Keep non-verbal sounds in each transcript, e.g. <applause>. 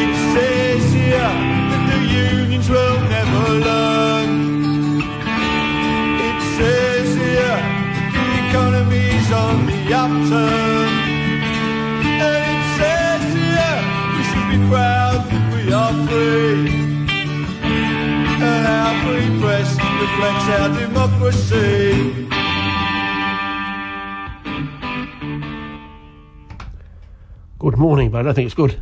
It says here that the unions will never learn. It says here that the economy's on the upturn. And it says here we should be proud that we are free. And our free press reflects our democracy. Good morning, but I don't think it's good.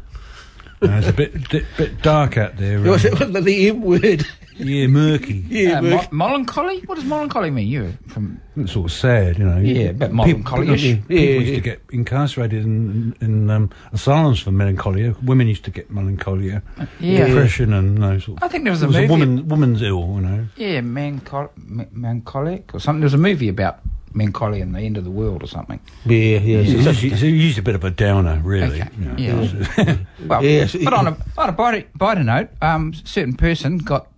No, it's a bit, di- bit dark out there. What's um, it- what's <laughs> the M word? yeah, murky. Yeah, Uh, Mark. mo- melancholy? What does melancholy mean? You from It's sort of sad, you know. Yeah, a bit melancholy-ish. People, people Yeah, used yeah. to get incarcerated in, in um, asylums for melancholia. Women used to get melancholia, yeah. depression, and those. Sort of, I think there was a there was movie. a woman, woman's ill, you know. yeah, manchol- m- melancholic or something. There's a movie about melancholy and the end of the world or something. Yeah, yeah. It's it's such- usually, it's usually a bit of a downer, really. Okay, you know. yeah. It's- <laughs> Well, Yes. but on a on a brighter, brighter note, um, s- certain person got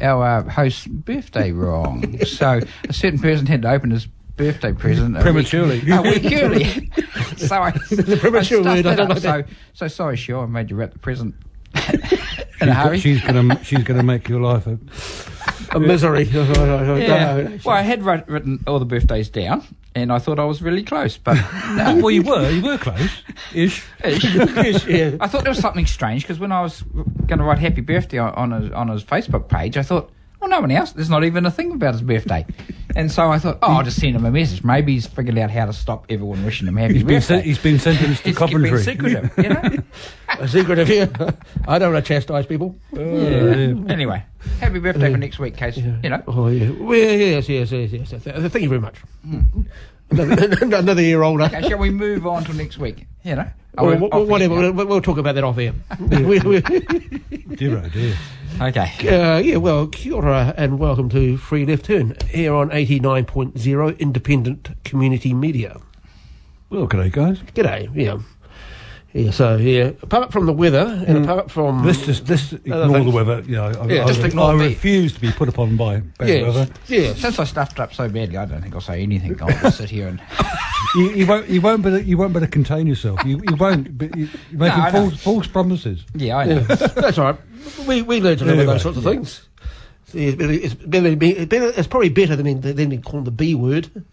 our uh, host's birthday <laughs> wrong. so a certain person had to open his birthday present a week- Prematurely. a <laughs> week early. so I, the premature I stuffed word, I it don't up. like that. So so sorry, sure, I made you wrap the <laughs> present she's, in a go- hurry. she's gonna, she's gonna make your life <laughs> a. a misery. <laughs> I don't know. uh, Yeah. Well, I had writ- written all the birthdays down, and I thought I was really close, <laughs> but no. Well, you <laughs> were, you were close, ish. Yeah. I thought there was something strange because when I was going to write happy birthday on, on, his, on his Facebook page, I thought, well, no one else. There's not even a thing about his birthday. and so I thought, oh, I'll just send him a message. Maybe he's figured out how to stop everyone wishing him happy He's been, birthday. sen- he's been sentenced to He's keeping it Coventry. secretive, you know? A secret of you. I don't want to chastise people. Yeah. Anyway, happy birthday for next week, Case. You know? Oh, yeah. Well, yes, yes, yes, yes. Th- th- Thank you very much. Hmm. Another, <laughs> another year older. Okay, shall we move on till next week? You know? Are Or we wh- off whatever. now? We'll, we'll talk about that off air. <laughs> We- we- <laughs> Dear, oh dear. Okay. Uh, yeah, well, kia ora and welcome to Free Left Turn here on 89.0 Independent Community Media. Well, good day, guys. G'day, yeah. Yeah, so, yeah, apart from the weather and apart from... Let's just let's ignore the thanks. weather. You know, I, Yeah, I, just I, ignore me. refuse to be put upon by bad yes, weather. yes. Since I stuffed up so badly, I don't think I'll say anything. I'll just sit here and. <laughs> You, you won't. You won't. Better, you won't. Better contain yourself. You, you won't. But you, you're making I know. false, false promises. Yeah, I know. Yeah, that's all right. We, we learn to live with Anyway, those sorts of things. See, It's, better, it's, better, than being- it's, better, it's probably better than, being- than being called the B word,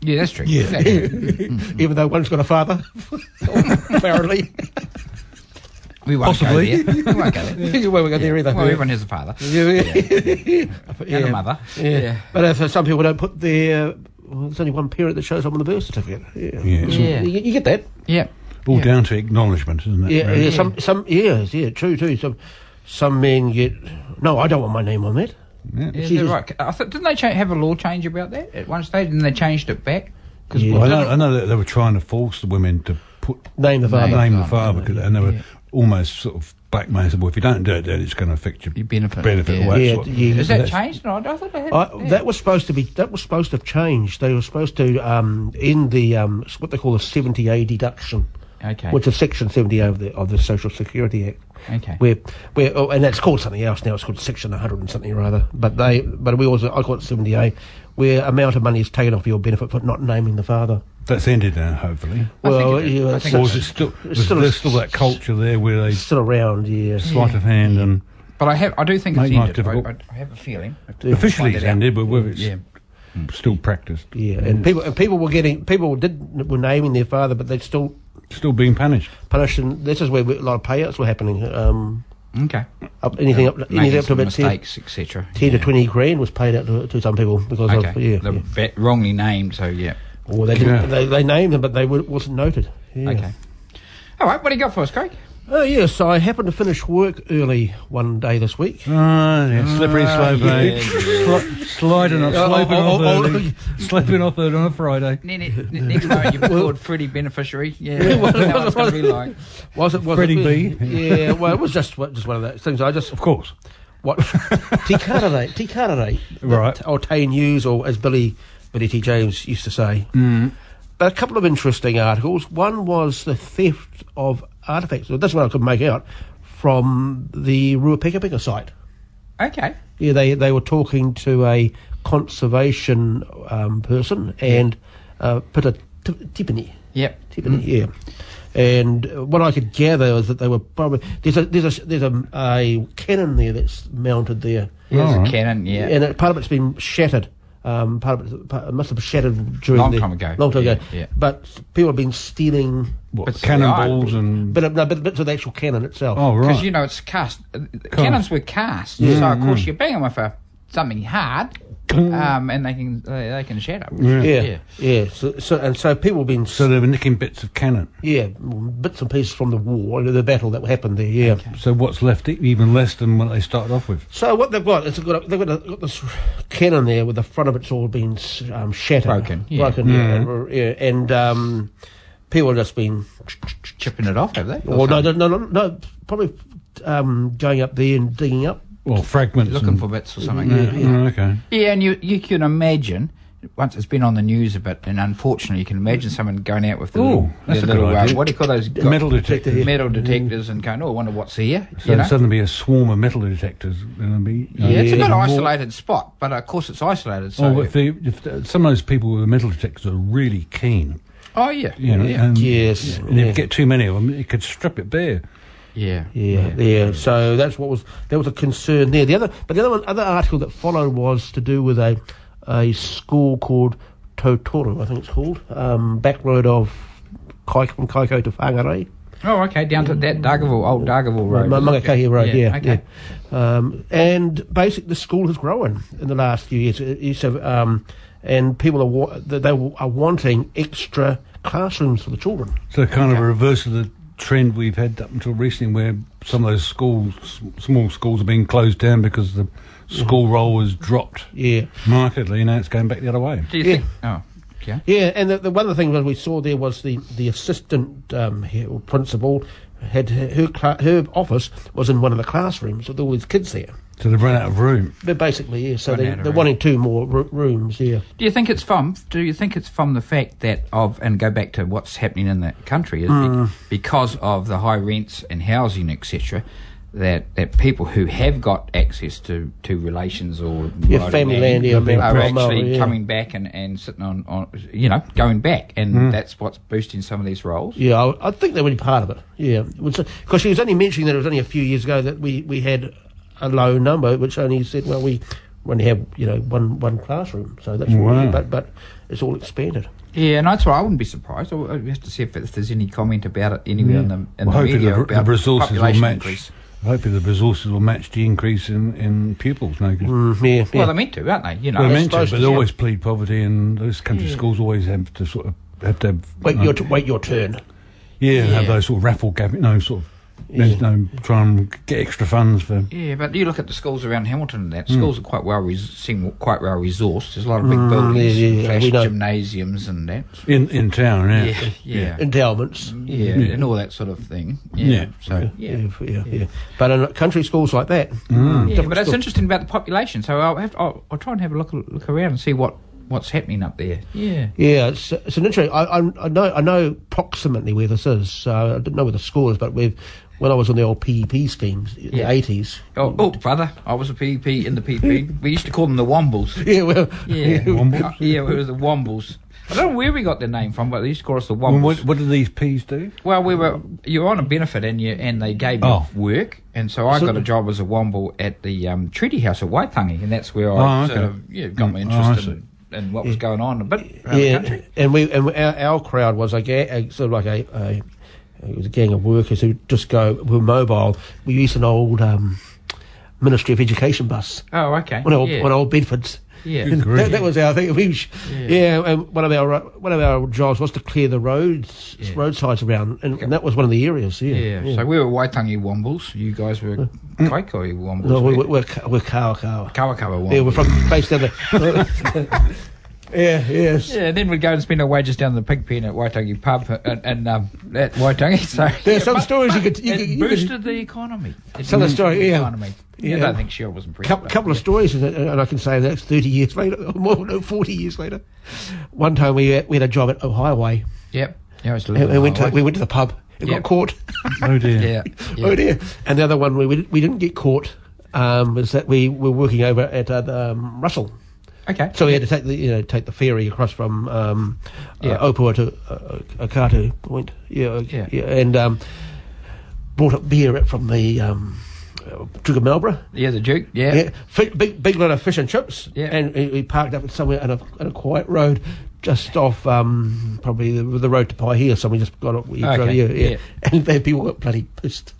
Yeah, that's true. Yeah. <laughs> even though one's got a father, <laughs> apparently. We won't Possibly. go there. We won't go there. <laughs> you won't go there either. Well, everyone has a father Yeah, yeah. and a mother. Yeah. Yeah. But if uh, some people don't put their. Well, there's only one parent that shows up on the birth certificate. Yeah. Yeah, it's Yeah. You, you get that. Yeah. all Yeah. down to acknowledgement, isn't it? Yeah, really? yeah, Some, some, yes, yeah, true, too. Some, some men get. No, I don't want my name on that. Yeah, Jesus. they're right. I thought, didn't they cha- have a law change about that at one stage and they changed it back? Because Yeah. uh, Well, I, know, I know that they were trying to force the women to put Name the father. name the father, father, 'cause- and they were yeah. almost sort of blackmailing. said, Well, if you don't do it, then it's going to affect your Your benefit, yeah. away. Yeah, sort of- yeah. Is that That's- changed? No, I thought they had. I, yeah. That was supposed to be. That was supposed to have changed. They were supposed to um, end the um, s- what they call the seventy A deduction, okay. which is Section seventy A of the of the Social Security Act. Okay. Where, where, oh, and that's called something else now. It's called Section one hundred and something or other. But they, but we also I call it seventy A, where amount of money is taken off your benefit for not naming the father. That's ended now, hopefully. I think Well, it is. yeah, I that's think Or it's is it still? it's Was still a there s- still that culture there where they still around. Yeah. sleight of hand and but I have. I do think Make it's life ended. I, I, difficult. I have a feeling. officially Find it's it out. ended, but whether it's Yeah. still practiced, Yeah, Mm. and people and people were getting people did were naming their father, but they still still being punished. punished. And this is where we, a lot of payouts were happening. Um, Okay. up anything up anything Making up to some about 10, mistakes, etc. 10 to twenty grand was paid out to, to some people because Okay. of yeah, They're yeah. ba- wrongly named, so yeah. Or they didn't. Yeah. They, they named them, but they were, wasn't noted. Yeah. Okay. All right, what do you got for us, Craig? Oh yes, I happened to finish work early one day this week. Ah, yeah, slippery slope, eh? Sli- sliding up, Yeah, sloping oh, off oh, oh, early, sloping off early on a Friday. Ne- ne- ne- Next moment you'll be called Freddie Beneficiary. Yeah, Yeah, well, no, it's going to be well, like. Was it? Was Freddie it, B. Yeah. Well, it was just wa- just one of those things. I just Of course. <laughs> watched Tikarare, Tikarare, Right. or Tay News, or as Billy Billy T James used to say. But a couple of interesting articles. One was the theft of artifacts. Well, that's what I could make out from the Ruapeka Peka site. Okay. Yeah, they they were talking to a conservation um, person and uh, Peter T- Tiffany. Yep. Tiffany, yeah. And uh, what I could gather was that they were probably there's a there's a there's a, a cannon there that's mounted there, There's All a right. cannon, yeah. and it, part of it's been shattered. Um, part of it, part, it must have been shattered during Long the, time ago. Long time Yeah, ago. yeah. But people have been stealing, What, But- cannonballs and. but no, but bits of the actual cannon itself. oh, Because right. you know it's cast. uh, Cannons were cast, so of course you bang them with a, something hard, um, and they can they, they can shatter. yeah, yeah. yeah. So, so and so people have been so they were nicking bits of cannon. Yeah, bits and pieces from the war, the battle that happened there. Yeah. So what's left e- even less than what they started off with. So what they've got, it's got a, they've got, a, got this cannon there with the front of it's all been s- um, shattered, Broken, yeah. broken, yeah, r- yeah, and um, people have just been. Chipping it off, have they? Or Well, no, something? no, no, no, no, probably um, going up there and digging up. Well, fragments. looking and- for bits or something. Mm. Yeah, oh, okay. Yeah, and you you can imagine once it's been on the news a bit, and unfortunately, you can imagine someone going out with the Ooh, little, that's their a good little um, idea. what do you call those Metal detector. metal detectors, and going, oh, I wonder what's here. So you know? there'd suddenly be a swarm of metal detectors. And it'd be, you know, yeah, it's a more- good isolated spot, but of course it's isolated. So, Oh, if, they, if the, some of those people with the metal detectors are really keen, oh yeah, you know, yeah, and, Yes, and if yeah. you get too many of them, it could strip it bare. yeah. Yeah, yeah. So that's what was there was a concern there. The other, but the other one, other article that followed was to do with a a school called Totoro, I think it's called, um, back road of Kai, from Kaiko to Whangarei. Oh, okay, down to that Dargaville, old Dargaville Road. Road, Mangakake Road, yeah. okay. yeah. Um, and basically, the school has grown in the last few years. It used to have, um, and people are wa- they they are wanting extra classrooms for the children. So kind of a reverse of the trend we've had up until recently, where some of those schools, s- small schools, are being closed down because the Mm-hmm. school roll was dropped Yeah, markedly. Now it's going back the other way. Do you Yeah. think? Oh, yeah. yeah. And the, the one of the things that we saw there was the the assistant um, he- or principal had her her, cla- her office was in one of the classrooms with all these kids there. So they've run out of room. But basically, yeah. So Run they, out of they're room. wanting two more r- rooms. Yeah. Do you think it's from? Do you think it's from the fact that of and go back to what's happening in the country is Mm. be- because of the high rents and housing etc. That that people who have got access to, to relations or Yeah, right family of land, yeah, are Mount Carmel, actually yeah. coming back and, and sitting on, on you know going back and Mm. that's what's boosting some of these roles. Yeah, I, I think they were part of it. Yeah, because she was only mentioning that it was only a few years ago that we, we had a low number, which only said well we only have you know one one classroom, so that's what we- Wow. but but it's all expanded. Yeah, and that's why I wouldn't be surprised. I'll- I'll have to see if, if there's any comment about it anywhere in the, in Well, the hopefully media the, the about resources will population match. increase. Hopefully the resources will match the increase in, in pupils. No, 'cause- Mm, yeah, Well, yeah. they're meant to, aren't they? You know, well, I they meant to, suppose- but they always plead poverty, and those country schools always have to sort of have to have, wait no, your t- wait your turn. yeah, have Yeah. those sort of raffle gap, no sort of. There's no try and get extra funds for Yeah, but you look at the schools around Hamilton and that schools are quite well res- seem quite well resourced. There's a lot of big buildings, yeah, yeah, slash we know. gymnasiums and that. in in town. Yeah, Yeah, yeah, yeah, Endowments. and all that sort of thing. Yeah, Yeah. so yeah. Yeah, yeah, yeah. But in country schools like that, Yeah, different but it's school- interesting about the population. So I'll have to, I'll, I'll try and have a look look around and see what what's happening up there. Yeah, Yeah, it's, it's an interesting. I, I, I know I know approximately where this is. So I didn't know where the school is, but we've when I was on the old PEP schemes in Yeah. the eighties. <laughs> Oh, oh, brother, I was a PP in the PP. We used to call them the Wombles. Yeah, well, Yeah, <laughs> Uh, Wombles? yeah, it was the Wombles. I don't know where we got the name from, but they used to call us the Well, Wombles. what, what do these peas do? Well, we were you were on a benefit, and you and they gave you Oh. work, and so I So- got a job as a womble at the um, treaty house at Waitangi, and that's where Oh, I okay. sort of yeah, got my Mm, oh, I interest in, in what was going on a bit around the yeah, country. and we and our, our crowd was like a, a, sort of like a, a it was a gang of workers who just go were mobile. We used an old um, Ministry of Education bus, Oh, okay. one old yeah. one old Bedford's. Yeah. Good <laughs> grief. That, that was our thing. We sh- yeah. and one of our uh, one of our jobs was to clear the roads, Yeah. road sides around, and, and that was one of the areas. Yeah, Yeah. So we were Waitangi Wombles. You guys were Mm. Kaikoi Wombles. no, we, we we- we're ca- we're Kawa Kawa. Kawakawa Wombles. Yeah, we're from based down there. <laughs> <laughs> yeah, yes. Yeah, then we'd go and spend our wages down in the pig pen at Waitangi Pub and, and um, at Waitangi. <laughs> So There's some stories you could- you it could- you could- boosted the economy. It Some of the boosted story- yeah. economy. Yeah, I Yeah. don't think Cheryl was impressed. couple, but- couple of stories, and, and I can say that's 30 years later, <laughs> or more, no, 40 years later. One time we, uh, we had a job at Highway, Yep. Yeah, it was and, and went to, Highway. we went to the pub and Yep. got caught. Oh dear. yeah. yeah. Oh dear! And the other one we we, we didn't get caught um, was that we were working over at uh, the, um, Russell, Okay. so we had to take the you know take the ferry across from um, Yeah. uh, Opua to uh, Okatu Point. Yeah, Yeah. and um, brought up beer from the um, uh, Trugamalbra. Yeah, the Duke. Yeah. Yeah, fi- big big lot of fish and chips. Yeah. and we, we parked up somewhere on a, on a quiet road, just off um, probably the, the road to Pai here. Someone just got up. We Okay, drove, yeah, yeah. yeah. and then people got bloody pissed.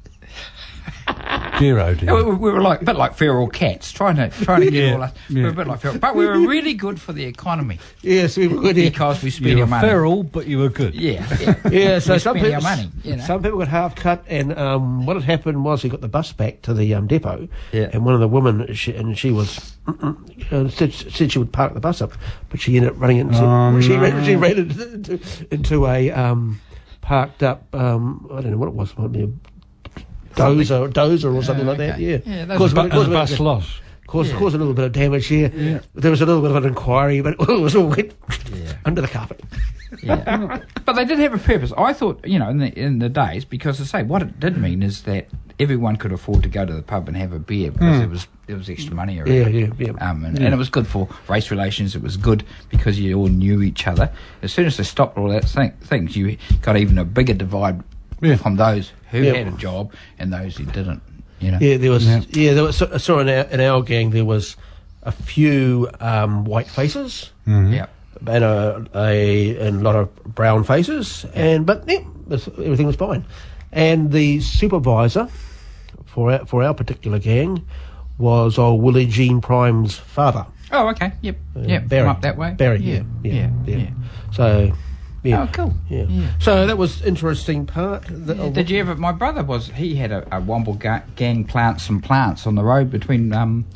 Dear oh Yeah, we, dear. we we were like a bit like feral cats, trying to trying to get Yeah, all us. We were a yeah. bit like feral, but we were really good for the economy Yes, we were good. Yeah, because we spent You our were money. feral, but you were good. Yeah, yeah. <laughs> yeah so We some spend our people, money, you know. some people got half cut, and um, what had happened was we got the bus back to the um, depot, Yeah. and one of the women, she, and she was mm-mm, uh, said, said she would park the bus up, but she ended up running into <laughs> Oh, she, no. ran, she ran into, into, into a um, parked up um, I don't know what it was, might be a dozer, dozer or something Oh, like that. okay. Yeah, Yeah, those Caused are a bit- But caused and the a bit- bus loss. caused, caused a little bit of damage here. There was a little bit of an inquiry, but <laughs> it was all went <laughs> under the carpet. Yeah. but they did have a purpose. I thought, you know, in the in the days, because I say what it did mean is that everyone could afford to go to the pub and have a beer because there was there was extra money around. Hmm. Yeah, yeah, yeah. Um, and, and it was good for race relations. It was good because you all knew each other. As soon as they stopped all that thing, things, you got even a bigger divide Yeah. from those who Yeah. had a job and those who didn't. You know. Yeah, there was. Yeah, there was. I saw in our, in our gang there was a few um, white faces Yeah. and a, a and a lot of brown faces, and but yeah, this- everything was fine. And the supervisor for our, for our particular gang was old Willie Jean Prime's father, Oh, okay. Yep. Yeah, Yep. Uh, Barry. Come up that way. Barry, yeah, yeah, yeah. So, yeah. Oh, cool. Yeah. So that was interesting part. that- Yeah, Did you ever? My brother was. He had a, a Womble ga- gang plant some plants on the road between um,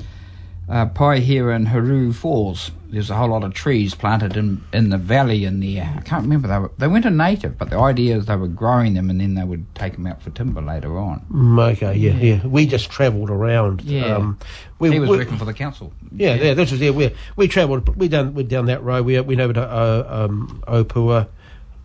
uh, Pai here and Haru Falls. There's a whole lot of trees planted in in the valley in there. I can't remember they were, they weren't a native, but the idea is they were growing them and then they would take them out for timber later on. Mm, okay, yeah, yeah, We just travelled around. um, Yeah. we, he was we- working for the council. Yeah, yeah, this was yeah. We we travelled. We down we down that road. We went over to uh, um, Opua,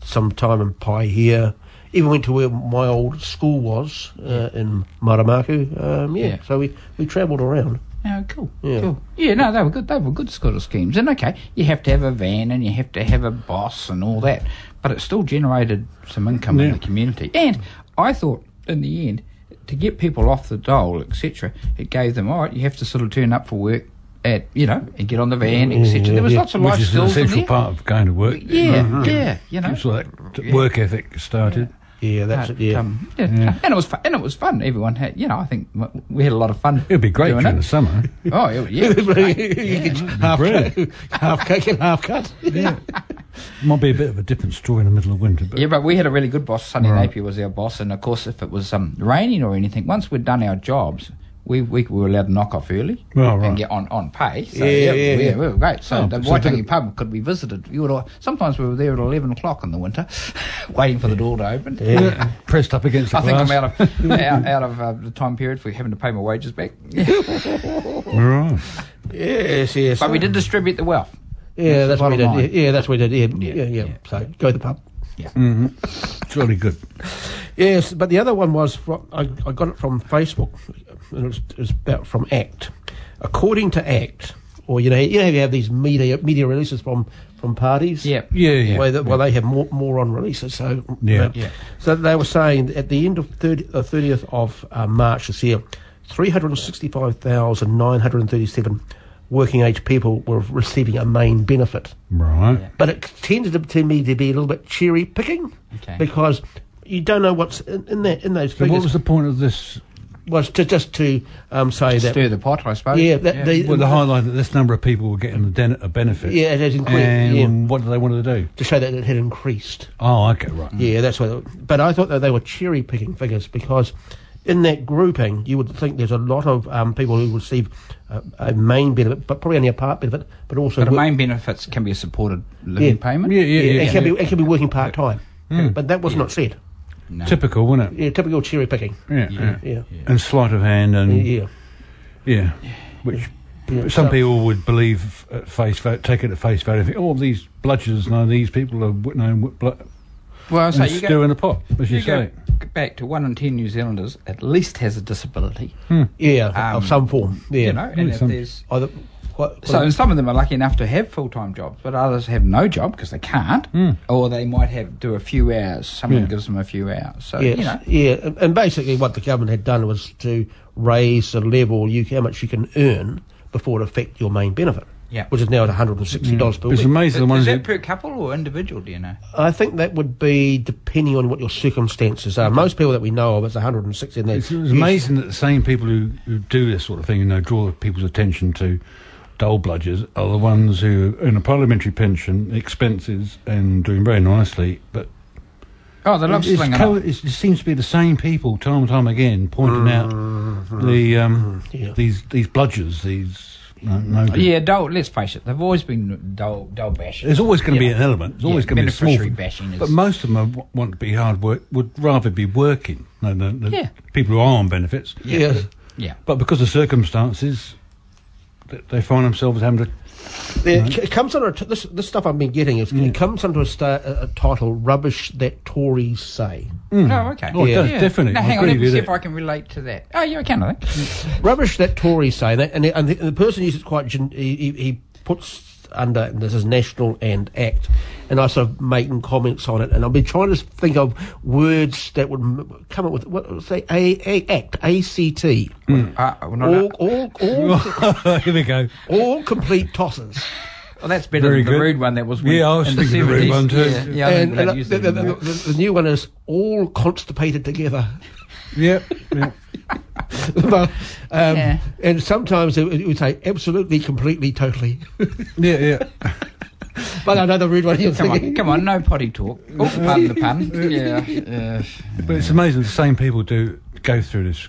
sometime in Pai here. Even went to where my old school was uh, in Maramaku. Um, yeah, Yeah. so we we travelled around. Oh, cool. Yeah. Cool. Yeah, no, they were good. They were good sort of schemes. And okay, you have to have a van and you have to have a boss and all that, but it still generated some income in Yeah. the community. And I thought, in the end, to get people off the dole, etc., it gave them all right. You have to sort of turn up for work at you know and get on the van, etc. yeah, there was yeah. lots of Which life is an skills in essential there. part of going to work. Yeah, yeah, you know. It's like t- work ethic started. Yeah, that's it. But, Yeah, um, yeah, and it was fun. And it was fun. Everyone had, you know, I think w- we had a lot of fun. It'd be great doing during it. the <laughs> summer. Oh, yeah, <laughs> yeah, it was great. you could half brilliant. half cut, get half cut. Might be a bit of a different story in the middle of winter, but Yeah, but we had a really good boss. Sonny Napier was our boss, and of course, if it was um, raining or anything, once we'd done our jobs, we, we were allowed to knock off early Well, Oh, right. and get on, on pay. So, Yeah, yeah, we, yeah. we were great. So Oh, the so Waitangi did- pub could be visited. We would all, sometimes we were there at eleven o'clock in the winter, <laughs> waiting for the door to open. Yeah, pressed up against the I think glass. I'm out of <laughs> out, out of uh, the time period for having to pay my wages back. Right. yes, yes. But we did distribute the wealth. Yeah, That's that's the what we did. bottom Yeah, yeah, that's what we did. Yeah, Yeah, yeah, yeah. yeah. So go to the pub. Mm. It's really good. Yes, but the other one was from, I, I got it from Facebook, and it was, it was about from ACT. According to ACT, or you know, you know, how you have these media media releases from from parties. Yeah. Yeah, yeah. Well, they, well, they have more, more on releases. So Yeah. uh, Yeah. So they were saying at the end of 30, uh, 30th of uh, March this year, 365,937 working age people were receiving a main benefit Right. but it tended to- to me to be a little bit cherry picking Okay. because you don't know what's in, in that in those So figures. what was the point of this was to just to um, say that Stir the pot, I suppose. yeah that the, Well, the highlight that this number of people were getting a, den- a benefit. yeah it had increased And yeah, what do they want to do? to show that it had increased. Oh, okay, right. Yeah, that's what. But I thought that they were cherry picking figures because in that grouping, you would think there's a lot of um, people who receive uh, a main benefit, but probably only a part benefit, but also But the work- main benefits can be a supported living Yeah. payment. Yeah, yeah, yeah. it can be it can be working part time. Hmm. But that was not said. No. Typical, wasn't it? Yeah, typical cherry picking. Hmm. Yeah, yeah. Yeah, And sleight of hand, and yeah, yeah. which yeah. some So- people would believe at face value, take it at face value. and Think, oh, these bludgers, no, these people are you know, what blo- Well, so and you stew go, in a pot, as you, you say. go back to one in ten New Zealanders at least has a disability. yeah, Um, of some form. Yeah. You know, and if Hmm. some- there's Either, what, So, and some of them are lucky enough to have full time jobs, but others have no job because they can't, or they might have do a few hours. Someone Hmm. Yeah. gives them a few hours. So, yes, you know, yeah, and- and basically what the government had done was to raise the level you how much you can earn before it affect your main benefit. Yeah. which is now at one hundred and sixty dollars per It's week. amazing the is ones that that, per couple or individual? Do you know? I think that would be depending on what your circumstances are. Most people that we know of, it's 160. And they it's, it's use- amazing that the same people who, who do this sort of thing, you know, draw people's attention to dole bludgers are the ones who earn a parliamentary pension, expenses, and doing very nicely, but Oh, they love It's slinging. co- up. it's- it seems to be the same people time and time again pointing out Mm-hmm. the um, Yeah. these these bludgers, these no, no good- Oh, Yeah, dole, let's face it, they've always been dole, dole bashing. There's always going to be Yeah. an element. There's always Yeah, going to be a small. beneficiary bashing is- But most of them are, w- want to be hard work. Would rather be working. No, no, the Yeah. People who are on benefits, Yeah. Yeah. but because of circumstances, th- they find themselves having to. <laughs> There- It comes under a t- this, this stuff I've been getting is it comes under a, sta a, a title "Rubbish That Tories Say." Oh, okay. Oh, it does, definitely. Now, I hang on, agree let me with see it. if I can relate to that. Oh, yeah, I can, I <laughs> think. Rubbish that Tories say, and, and, and, the, and the person uses quite gen- he, he, he puts under and this is national and act, and I sort of making comments on it, and I've been trying to think of words that would m- come up with what say a, a act a c t Uh, well, not all <laughs> all all, Here we go. all complete tosses. well, that's better Very than the good. rude one that was. when- Yeah, I was in the thinking the rude 70s. one too. Yeah, yeah I think and, they'd and, uh, use the, that the, in the- the- the new one is all constipated together. <laughs> Yep. yep. Well, um, Yeah. And sometimes it, it would say absolutely, completely, totally. Yeah. Yeah. but I know the rude one you're Come on, thinking. come on, no potty talk. <laughs> Oh, pardon the pun. Yeah, yeah. But it's amazing the same people do go through this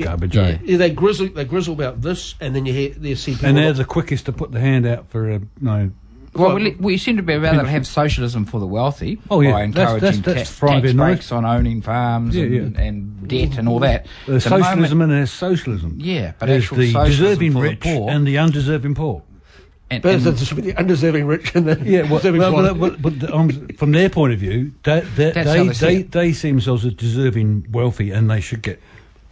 garbage. eh? Yeah. Yeah, they grizzle, they grizzle about this, and then you hear they see people. And they're the quickest to put the hand out for a no. <laughs> Well, we, we seem to be rather have socialism for the wealthy Oh, yeah. by That's- encouraging that's- that's ta- thriving, tax right? breaks on owning farms Yeah, and, yeah. and debt and all that. There's At the uh, socialism moment- and there's socialism. yeah, but there's actual the socialism deserving for rich the poor and the undeserving poor. and- but and- it's just with the undeserving rich and the <laughs> Yeah, well, deserving well, poor. but, but, but the- um, from their point of view, they they That's how they, they see they, it. they see themselves as deserving wealthy, and they should get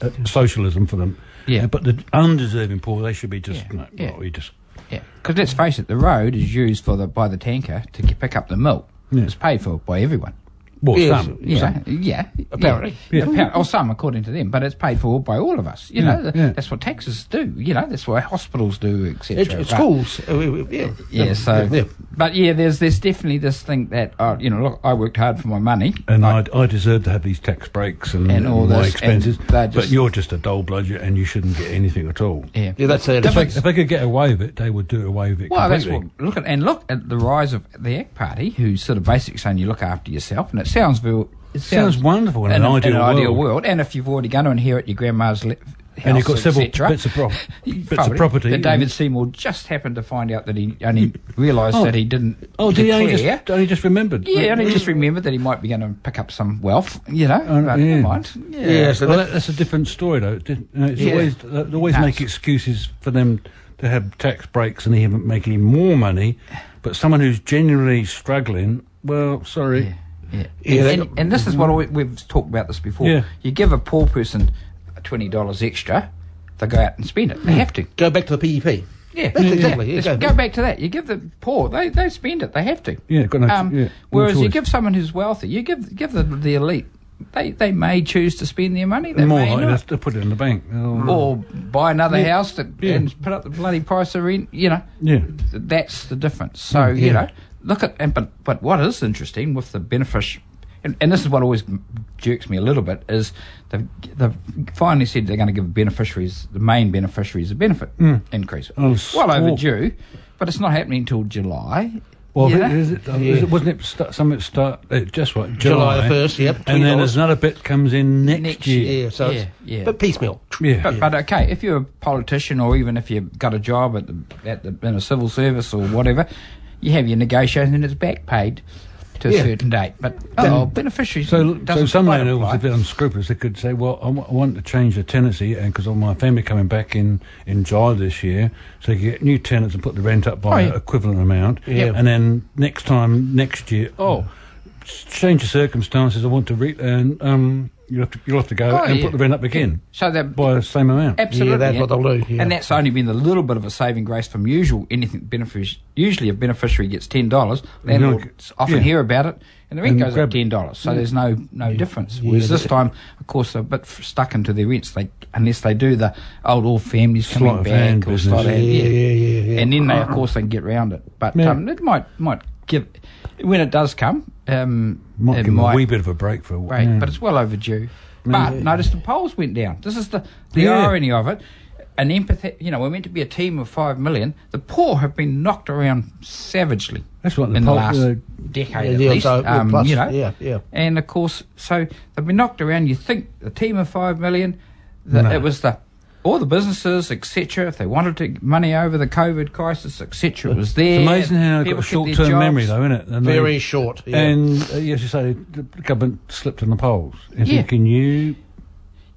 uh, socialism for them. Uh, Yeah. but the undeserving poor, they should be just Yeah, no, yeah. well, you just yeah, because let's face it, the road is used for the by the tanker to get, pick up the milk. Yeah. It's paid for by everyone. well, Yes. some, Yeah, some. yeah, Apparently. yeah. Appar- or some according to them, but it's paid for by all of us. You Yeah, know, yeah. that's what taxes do. You know, that's what hospitals do, etc. It- it's But- schools. Uh, we- we- Yeah, Yeah, so, yeah. but yeah, there's there's definitely this thing that uh, you know, look, I worked hard for my money, And I, I deserve to have these tax breaks and, And all my this, and expenses, they're but just- you're just a dull bludger and you shouldn't get anything at all. Yeah, Yeah, that's it. Different- If they could get away with it, they would do away with it. Well, that's completely. what look at and look at the rise of the ACT Party, who's sort of basically saying you look after yourself, and it sounds real. It Sounds wonderful in an ideal world. And if you've already going to inherit your grandma's le- house, and you've got et several cetera, bits of, prop- <laughs> you bits of probably- property. That and- David Seymour just happened to find out that he only <laughs> realised Oh. that he didn't. oh, did he declare. only just, only just remembered? yeah, and he just remembered that he might be going to pick up some wealth, you know. Oh, but yeah. never mind. Yeah. Yeah, so well, that- that, that's a different story, though. It didn't- uh, It's Yeah. always, they always Nuts. make excuses for them to have tax breaks and they haven't make any more money. But someone who's genuinely struggling, well, sorry. Yeah. Yeah, they and, got- and, and this is what we, we've talked about this before. Yeah. You give a poor person twenty dollars extra, they go out and spend it. They have to. Go back to the E PEP. Yeah, That's exactly- yeah. Just yeah, go- go back to that. You give the poor, they they spend it. They have to. Yeah, got no- um, yeah, no whereas you choice. give someone who's wealthy, you give give the the elite. They they may choose to spend their money. They More may likely not. to put it in the bank. Oh, Or buy another house that, Yeah. and put up the bloody price of rent. You know, Yeah. that's the difference. So Mm, you know, look at and but but what is interesting with the benefic, and, and this is what always jerks me a little bit is they've, they've finally said they're going to give beneficiaries, the main beneficiaries, a benefit increase. Oh, well swore. overdue, but it's not happening until July. Well, Yeah. I think it is it, is it, wasn't it start, some it start uh, just what July July, the 1st, yep. and $20. then there's another bit comes in next, Next year. Yeah, so it's, Yeah, yeah. but piecemeal. Yeah, But, but okay, if you're a politician or even if you've got a job at the, at the in a civil service or whatever, you have your negotiation and it's back paid to a Yeah. certain date. But oh, beneficiaries So, so doesn't some quite landlords apply. are a bit unscrupulous. They could say, "Well, I wa- I want to change the tenancy, and because all my family coming back in in July this year, so you get new tenants and put the rent up by Oh, yeah. an equivalent amount, Yeah. and then next time next year, oh, s- change the circumstances. I want to re- and um, you have to you'll have to go Oh, and yeah. put the rent up again So that by the same amount. Absolutely. Yeah, that's what they'll do, yeah. And that's only been a little bit of a saving grace from usual anything benefic usually a beneficiary gets ten dollars. Landlords often yeah. hear about it and the rent And goes up grab it. ten dollars. So there's no no difference. Whereas this time, of course, they're a bit f- stuck into their rents. They unless they do the old all families coming Sleight of back hand or business. sleight of hand, Yeah, yeah, yeah, yeah. And then they of course they can get round it. But Yeah. um, it might might give when it does come, um Might it give them might a wee bit of a break for a break, while. Yeah. but it's well overdue. But notice the polls went down. This is the, the Mm. Yeah. irony of it. An empathy, you know, we're meant to be a team of five million. The poor have been knocked around savagely That's what the in poll- the last uh, decade Yeah, at yeah, least. so, well, um, plus, you know, yeah, yeah. And of course, so they've been knocked around. You think a team of five million? That No. it was the all the businesses, etc. If they wanted to money over the COVID crisis, etc. It was there. It's amazing how they've People got a kept their short-term memory, jobs. though, isn't it? And they- Very short. Yeah. And uh, yes, you say the government slipped in the polls. And Yeah. Thinking you,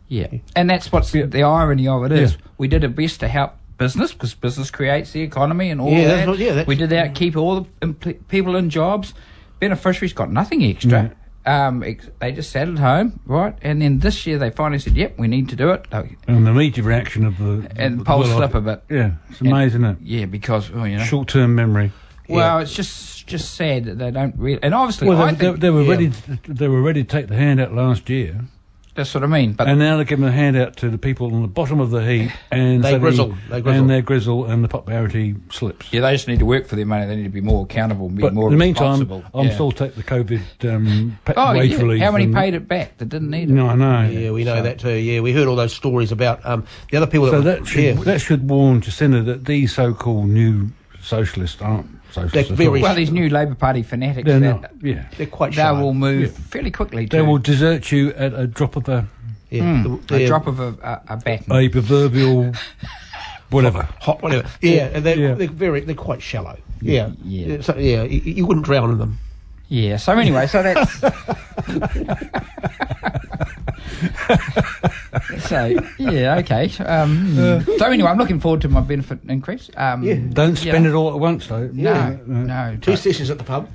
Yeah, and that's what's the irony of it is we did our best to help business because business creates the economy and all Yeah, that's that. what- yeah, that's- we did Mm. that, keep all the empl- people in jobs. Beneficiaries got nothing extra. Um, ex- they just sat at home, right? And then this year they finally said, "Yep, we need to do it." Like, and the immediate reaction of the and the polls will of- slip a bit. Yeah, it's amazing. isn't Yeah, because well, you know, it? Short-term memory. well, it's just just sad that they don't really. And obviously, Well, I they, they, think they were yeah. ready. They were ready to take the handout last year, that's what I mean. But and now they're giving the handout to the people on the bottom of the <laughs> heap, and They so grizzle, they grizzle. and their grizzle, and the popularity slips. yeah, they just need to work for their money. They need to be more accountable, be But more in the meantime, responsible. I'm Yeah. still taking the COVID um, pa- Oh, wage yeah. relief. How many and- paid it back that didn't need it? No, I know. yeah, we know that too. Yeah, we heard all those stories about um, the other people So that, were- that should, yeah, that should warn Jacinda that these so-called new socialists aren't socialists. at very all. Well, these new Labour Party fanatics, They're they- not. Yeah. they're quite they shy. will move fairly quickly They to will desert you at a drop of a, yeah, the- a yeah, drop of a, a, a baton. a <laughs> proverbial whatever. hot, whatever. Yeah, and they're, Yeah. they're very, they're quite shallow. Yeah, Yeah. So, yeah, you, you wouldn't drown in them. Yeah. So anyway, so that's. so yeah, okay. Um, so anyway, I'm looking forward to my benefit increase. Um, yeah. Don't spend it all at once, though. No, Yeah. no. Two but- sessions at the pub.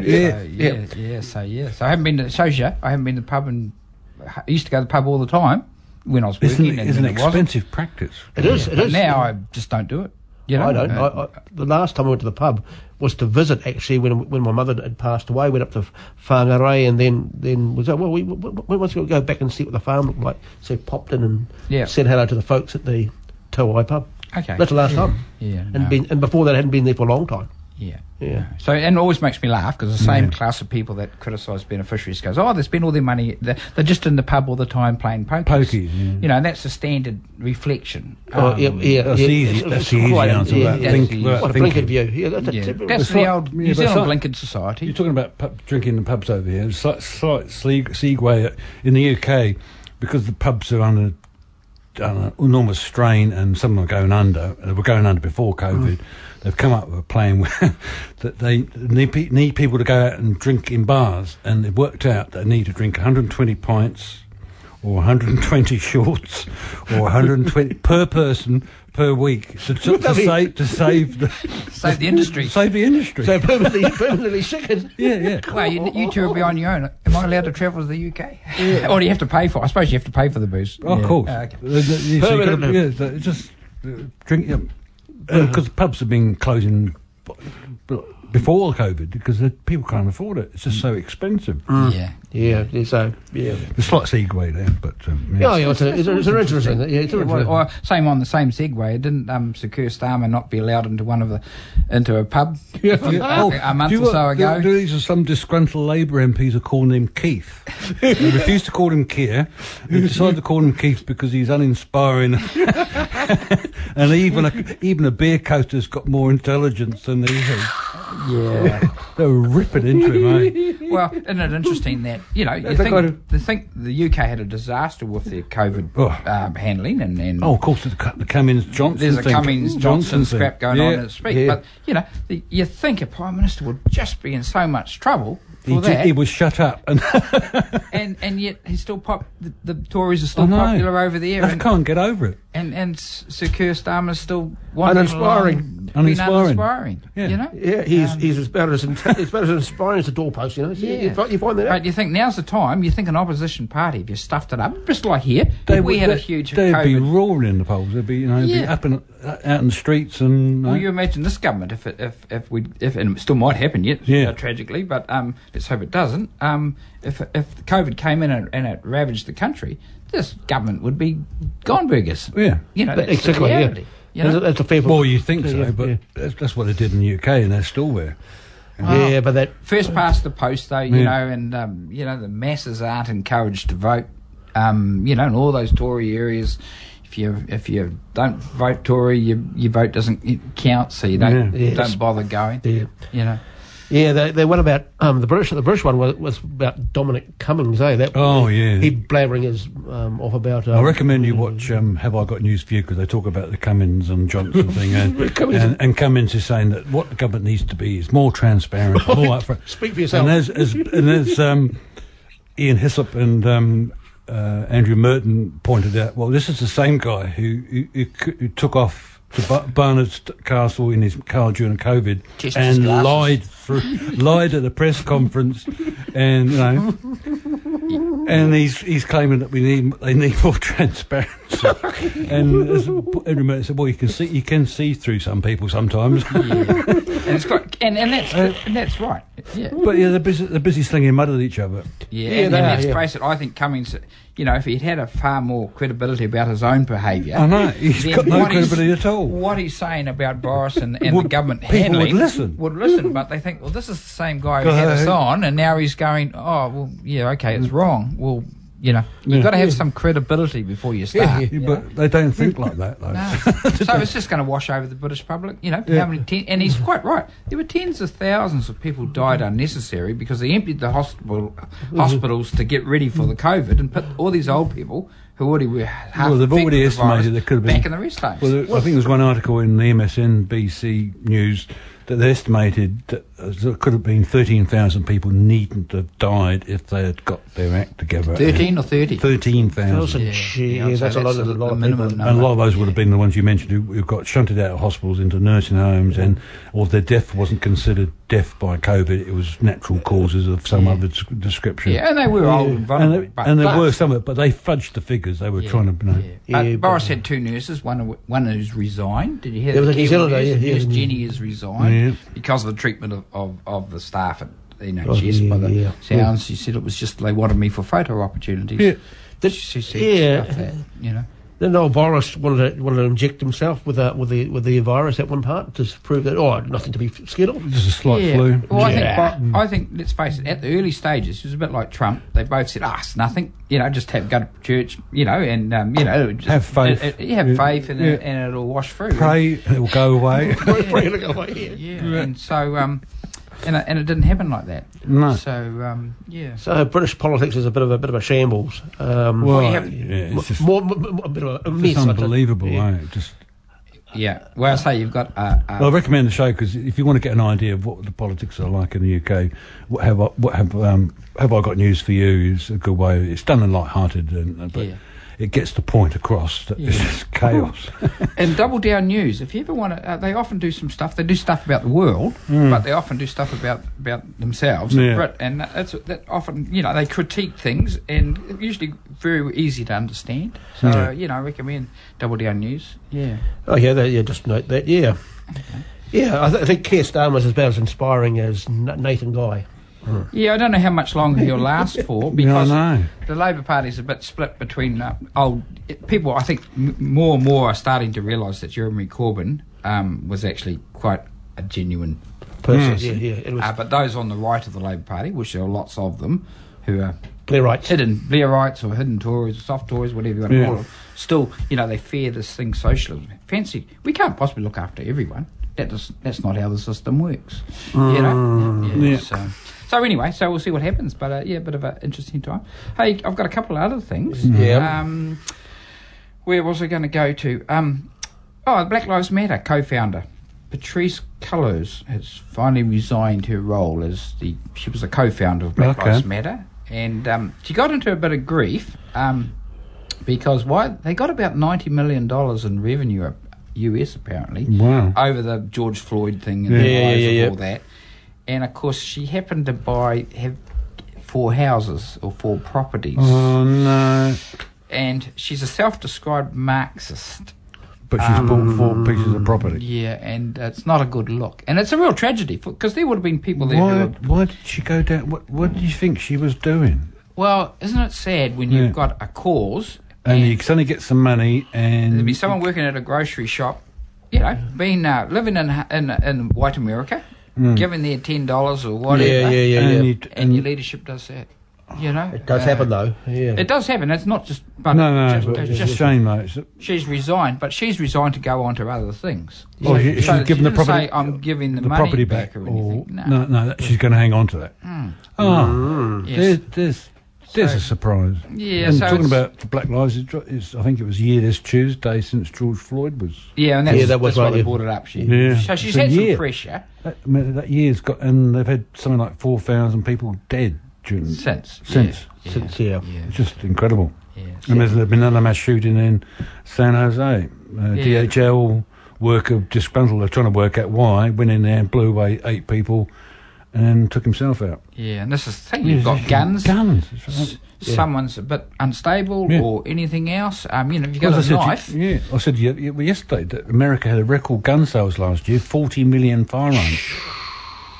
Yeah, so, yeah, yeah, So yeah, so I haven't been to shows yet. I haven't been to the pub, and I used to go to the pub all the time when I was It's working. an, and it's an when it wasn't. expensive practice. It is. it But is. now I just don't do it. You know? I don't. Uh, I, I, the last time I went to the pub was to visit. Actually, when when my mother had passed away, went up to Whangarei and then then was like, well, we, we, we once we go back and see what the farm looked like. So popped in and Yeah. said hello to the folks at the Tawai pub. Okay. That's the last time. Yeah, And no. been and before that I hadn't been there for a long time. yeah. Yeah. So and it always makes me laugh because the same class of people that criticise beneficiaries goes, oh, they spend all their money. They're, they're just in the pub all the time playing pokies. Pokies, yeah. You know, and that's the standard reflection. Oh, Um, yeah, yeah, that's yeah, the easy- it's- that's it's the easy quite- answer to yeah, that. yeah. Think- What a think- blinkered view. Yeah, that's, yeah. that's- That's it's the like- old yeah, New but it's Zealand like- blinkered You're society. talking about pub, drinking in pubs over here. It's like slight sle- segue in the UK because the pubs are under under enormous strain and some are going under. They were going under before Oh. COVID. They've come up with a plan where <laughs> that they need, pe- need people to go out and drink in bars, and they've worked out they need to drink 120 pints or 120 <laughs> shorts or <laughs> 120 per person per week to, to, to, that be- save, to save the <laughs> Save the <laughs> industry. Save the industry. so permanently <laughs> permanently sickened. yeah, yeah. Well, you, you two will be on your own. Am I allowed to travel to the UK? <laughs> or do you have to pay for? I suppose you have to pay for the booze. Oh, Yeah. of course. Uh, okay. Uh, th- you see, Permanent gotta- yeah, th- just uh, drink Because pubs have been closing b- b- before COVID because the people can't afford it. It's just so expensive. Yeah. Yeah, yeah, so yeah. It's like Segway there, but um, Yeah, yeah, it's, a, it's, a, it's an interesting. Yeah, it's an Yeah, well, interesting. or same on the same segue. Didn't um, Sir Keir Starmer not be allowed into one of the into a pub a, few- a month Oh, do you or so know- ago? do- do These are some disgruntled Labour MPs are calling him Keith. they refused to call him Keir. They decided to call him Keith because he's uninspiring. <laughs> and even a, even a beer coaster's got more intelligence than he has. yeah. They were ripping into him, eh? well, isn't it interesting that you know you they think, got it. the think the UK had a disaster with their COVID Oh. um, handling and, and Oh, of course, the, Cu- the Cummins Johnson. there's a thing. Cummings Johnson thing. scrap going on Yeah, as we speak. yeah. But you know, the, you think a prime minister would just be in so much trouble for he, did- that, he was shut up, and and and yet he's still pop. The, the Tories are still I know. popular over <laughs> there, I and, can't get over it. and and S- Sir Keir Starmer's still wandering Uninspiring. along, being Uninspiring. uninspiring, Yeah. You know. Yeah, he's he's as about as inte- he's about as inspiring as the doorpost. You know, So you- you, fi- you find that But out. you think now's the time? You think an opposition party, if you stuffed it up, just like here, if we would- had a huge They'd COVID. be roaring in the polls. They'd be, you know, be Yeah. up and uh, out in the streets and. uh, Well, you imagine this government if it, if if we if and it still might happen yet Yeah. uh, tragically, but um, let's hope it doesn't. Um, if if COVID came in and, and it ravaged the country, this government would be gone burgers. yeah. You know, that's the exactly. Yeah, reality, you know? That's a- that's a fair. Well, point. you think so, yeah, but yeah. that's, that's what they did in the UK, and they're still there. yeah, but that First past the post, though, you Yeah. know, and um, you know the masses aren't encouraged to vote. Um, you know, in all those Tory areas, if you if you don't vote Tory, your your vote doesn't count, so you don't Yeah. Yes. don't bother going. yeah. You know. Yeah, they, they one about um, the British. The British one was, was about Dominic Cummings, eh? That Oh, yeah. he blabbering his um, off about. Um, I recommend you watch um, Have I Got News for You because they talk about the Cummins and <laughs> Johnson thing, and, Cummins- and, and Cummins is saying that what the government needs to be is more <laughs> transparent, more upfront. Speak for yourself. And as, as, and as um, Ian Hyssop and um, uh, Andrew Merton pointed out, well, this is the same guy who who, who, c- who took off to Bar- Barnard's Castle in his car during COVID Just his and glasses. lied through, lied at a press conference, and you know. And he's he's claiming that we need they need more <laughs> transparency. and as Andrew Merton said, well, you can see you can see through some people sometimes. and it's got and, and that's and that's right. Yeah. but yeah, they're busy, they're busy slinging mud at each other. Yeah, Yeah, and, they and are, let's yeah. face it, I think Cummings, you know, if he'd had a far more credibility about his own behaviour, I know he's then got no what he's- credibility at all. What he's saying about Boris and, and the Would- government people would handling listen. would listen, but they think, well, this is the same guy who had Guy. us on, and now he's going, oh, well, yeah, okay, it's wrong. Well, you know, you've Mm. Yeah. got to have some credibility before you start. Yeah, But they don't think like that though. No. <laughs> so it's just going to wash over the British public, you know. How many ten, and he's quite right. There were tens of thousands of people died unnecessary because they emptied the hospital hospitals to get ready for the COVID and put all these old people who already were half Well, they've infected already with the virus estimated there could have been back in the rest homes. Well, there- I think there was one article in the MSNBC news that they estimated that uh, there could have been 13,000 people needn't have died if they had got their act together. Thirteen or thirty. 13,000. Wilson, gee, that's a lot of a lot the of minimum people. number. And a lot of those would have been the ones you mentioned who, who got shunted out of hospitals into nursing homes, and or their death wasn't considered death by COVID; it was natural causes of some other s- description. yeah, and they were old and and, vulnerable. there- but- and there but- were some, of it, but they fudged the figures. They were trying to, you know, Yeah. Uh, But Yeah, Boris but- had two nurses, one who- one who's resigned. Did you hear? There the was a Kiwi Kiwi, yeah, nurse? yeah, Nurse yeah. Jenny has resigned Yeah. because of the treatment of, of, of the staff at you know Oh, Jess yeah, by the yeah. sounds. She said it was just they wanted me for photo opportunities. Yeah. That she said Yeah. stuff that, you know. Then old Boris wanted to, wanted to inject himself with a, with the with the virus at one part to prove that oh nothing to be scared of. <laughs> just a slight yeah. flu. Well, I Yeah. think Bo- I think let's face it. At the early stages, it was a bit like Trump. They both said, "Ah, it's nothing." You know, just have go to church. You know, and um, you know, just, Have faith. It, it- have Yeah. faith, and, it, Yeah. and it'll wash through. Pray, and it will go <laughs> away. Probably gonna go away, yeah. Yeah, and so um, and it, and it didn't happen like that. No. So um, yeah. So British politics is a bit of a bit of a shambles. Um, Well, you yeah, have- it's just, more, more, more- a bit of a, a mess. it's I think. unbelievable. Yeah. eh? Just, Yeah. Well, I say you've got. Uh, uh, well, I recommend the show because if you want to get an idea of what the politics are like in the UK, what have I, what have um, have I got news for you is a good way. It's done and light-hearted, and uh, but Yeah. it gets the point across that it's just chaos. and Double Down News, if you ever want to, uh, they often do some stuff. They do stuff about the world, but they often do stuff about about themselves. Hmm. Yeah. Brit- and that's that often, you know, they critique things and usually very easy to understand. So Yeah. you know, I recommend Double Down News. Yeah. Oh yeah, that, yeah, just note that. Yeah. Yeah, I, th- I think Keir Starmer's as about as inspiring as N- Nathan Guy. Yeah, I don't know how much longer he'll <laughs> last for Yeah, I because know. the Labor Party's a bit split between uh, old it- people. I think m- more and more are starting to realise that Jeremy Corbyn um, was actually quite a genuine. Person, yeah, yeah. It was Uh, but those on the right of the Labor Party, which there are lots of them, who are Blairites. hidden Blairites or hidden Tories or soft Tories, whatever you want to Yeah. call them, still, you know, they fear this thing socialism. Fancy, we can't possibly look after everyone. That does, that's not how the system works. You know? Yeah, yeah. So, so anyway, so we'll see what happens. But uh, yeah, a bit of an interesting time. Hey, I've got a couple of other things. Yeah. Um, where was I going to go to? Um, oh, Black Lives Matter co-founder Patrice Cullors has finally resigned her role as the. She was a co-founder of Black Okay. Lives Matter, and um, she got into a bit of grief um, because why they got about ninety million dollars in revenue, uh, US apparently, Wow. over the George Floyd thing and Yeah. the Yeah, lies yeah, and yeah, all that. And of course, she happened to buy have four houses or four properties Oh no! and she's a self-described Marxist. But she's bought four pieces of property. Yeah, and it's not a good look, and it's a real tragedy because there would have been people there. Why? Who were, Why did she go down? What? What did you think she was doing? well, isn't it sad when Yeah. you've got a cause And and you suddenly get some money, and there'd be someone working at a grocery shop, you know, being uh, living in in in white America, Mm. giving their ten dollars or whatever, yeah, yeah, yeah, and yeah. you- and your leadership does that. You know, Uh, It does happen though. Yeah. It does happen. It's not just. But no, no, just, but it's it's just a shame though. It's, she's resigned, but she's resigned to go on to other things. Oh, she- she's that given the didn't property- Say, I'm giving the, the money property Oh, back, or anything. no. no, no, that, she's going to hang on to that. Oh, Hmm. Yes. there's, there's, there's a So- surprise. Yeah, and so talking it's- about the Black Lives, it's, it's, I think it was a year this Tuesday since George Floyd was. Yeah, and that's, Yeah, that was that's why right, they yeah. brought it up. She, Yeah. So It's she's a had year. some pressure That, I mean, that year's got, and they've had something like four thousand people dead during since. Since. Yeah. Since, yeah. Yeah. It's just incredible. yeah. And there's been another mass shooting in San Jose. Uh, Yeah. DHL worker disgruntled, they're trying to work out why, went in there and blew away eight people and took himself out. Yeah, and this is the thing. You've got guns. Guns. It's right. S- Someone's a bit unstable Yeah. or anything else. Um, you know, if you Well, got as a I knife. said, you- yeah, I said ye- ye- well, yesterday that America had a record gun sales last year, 40 million firearms.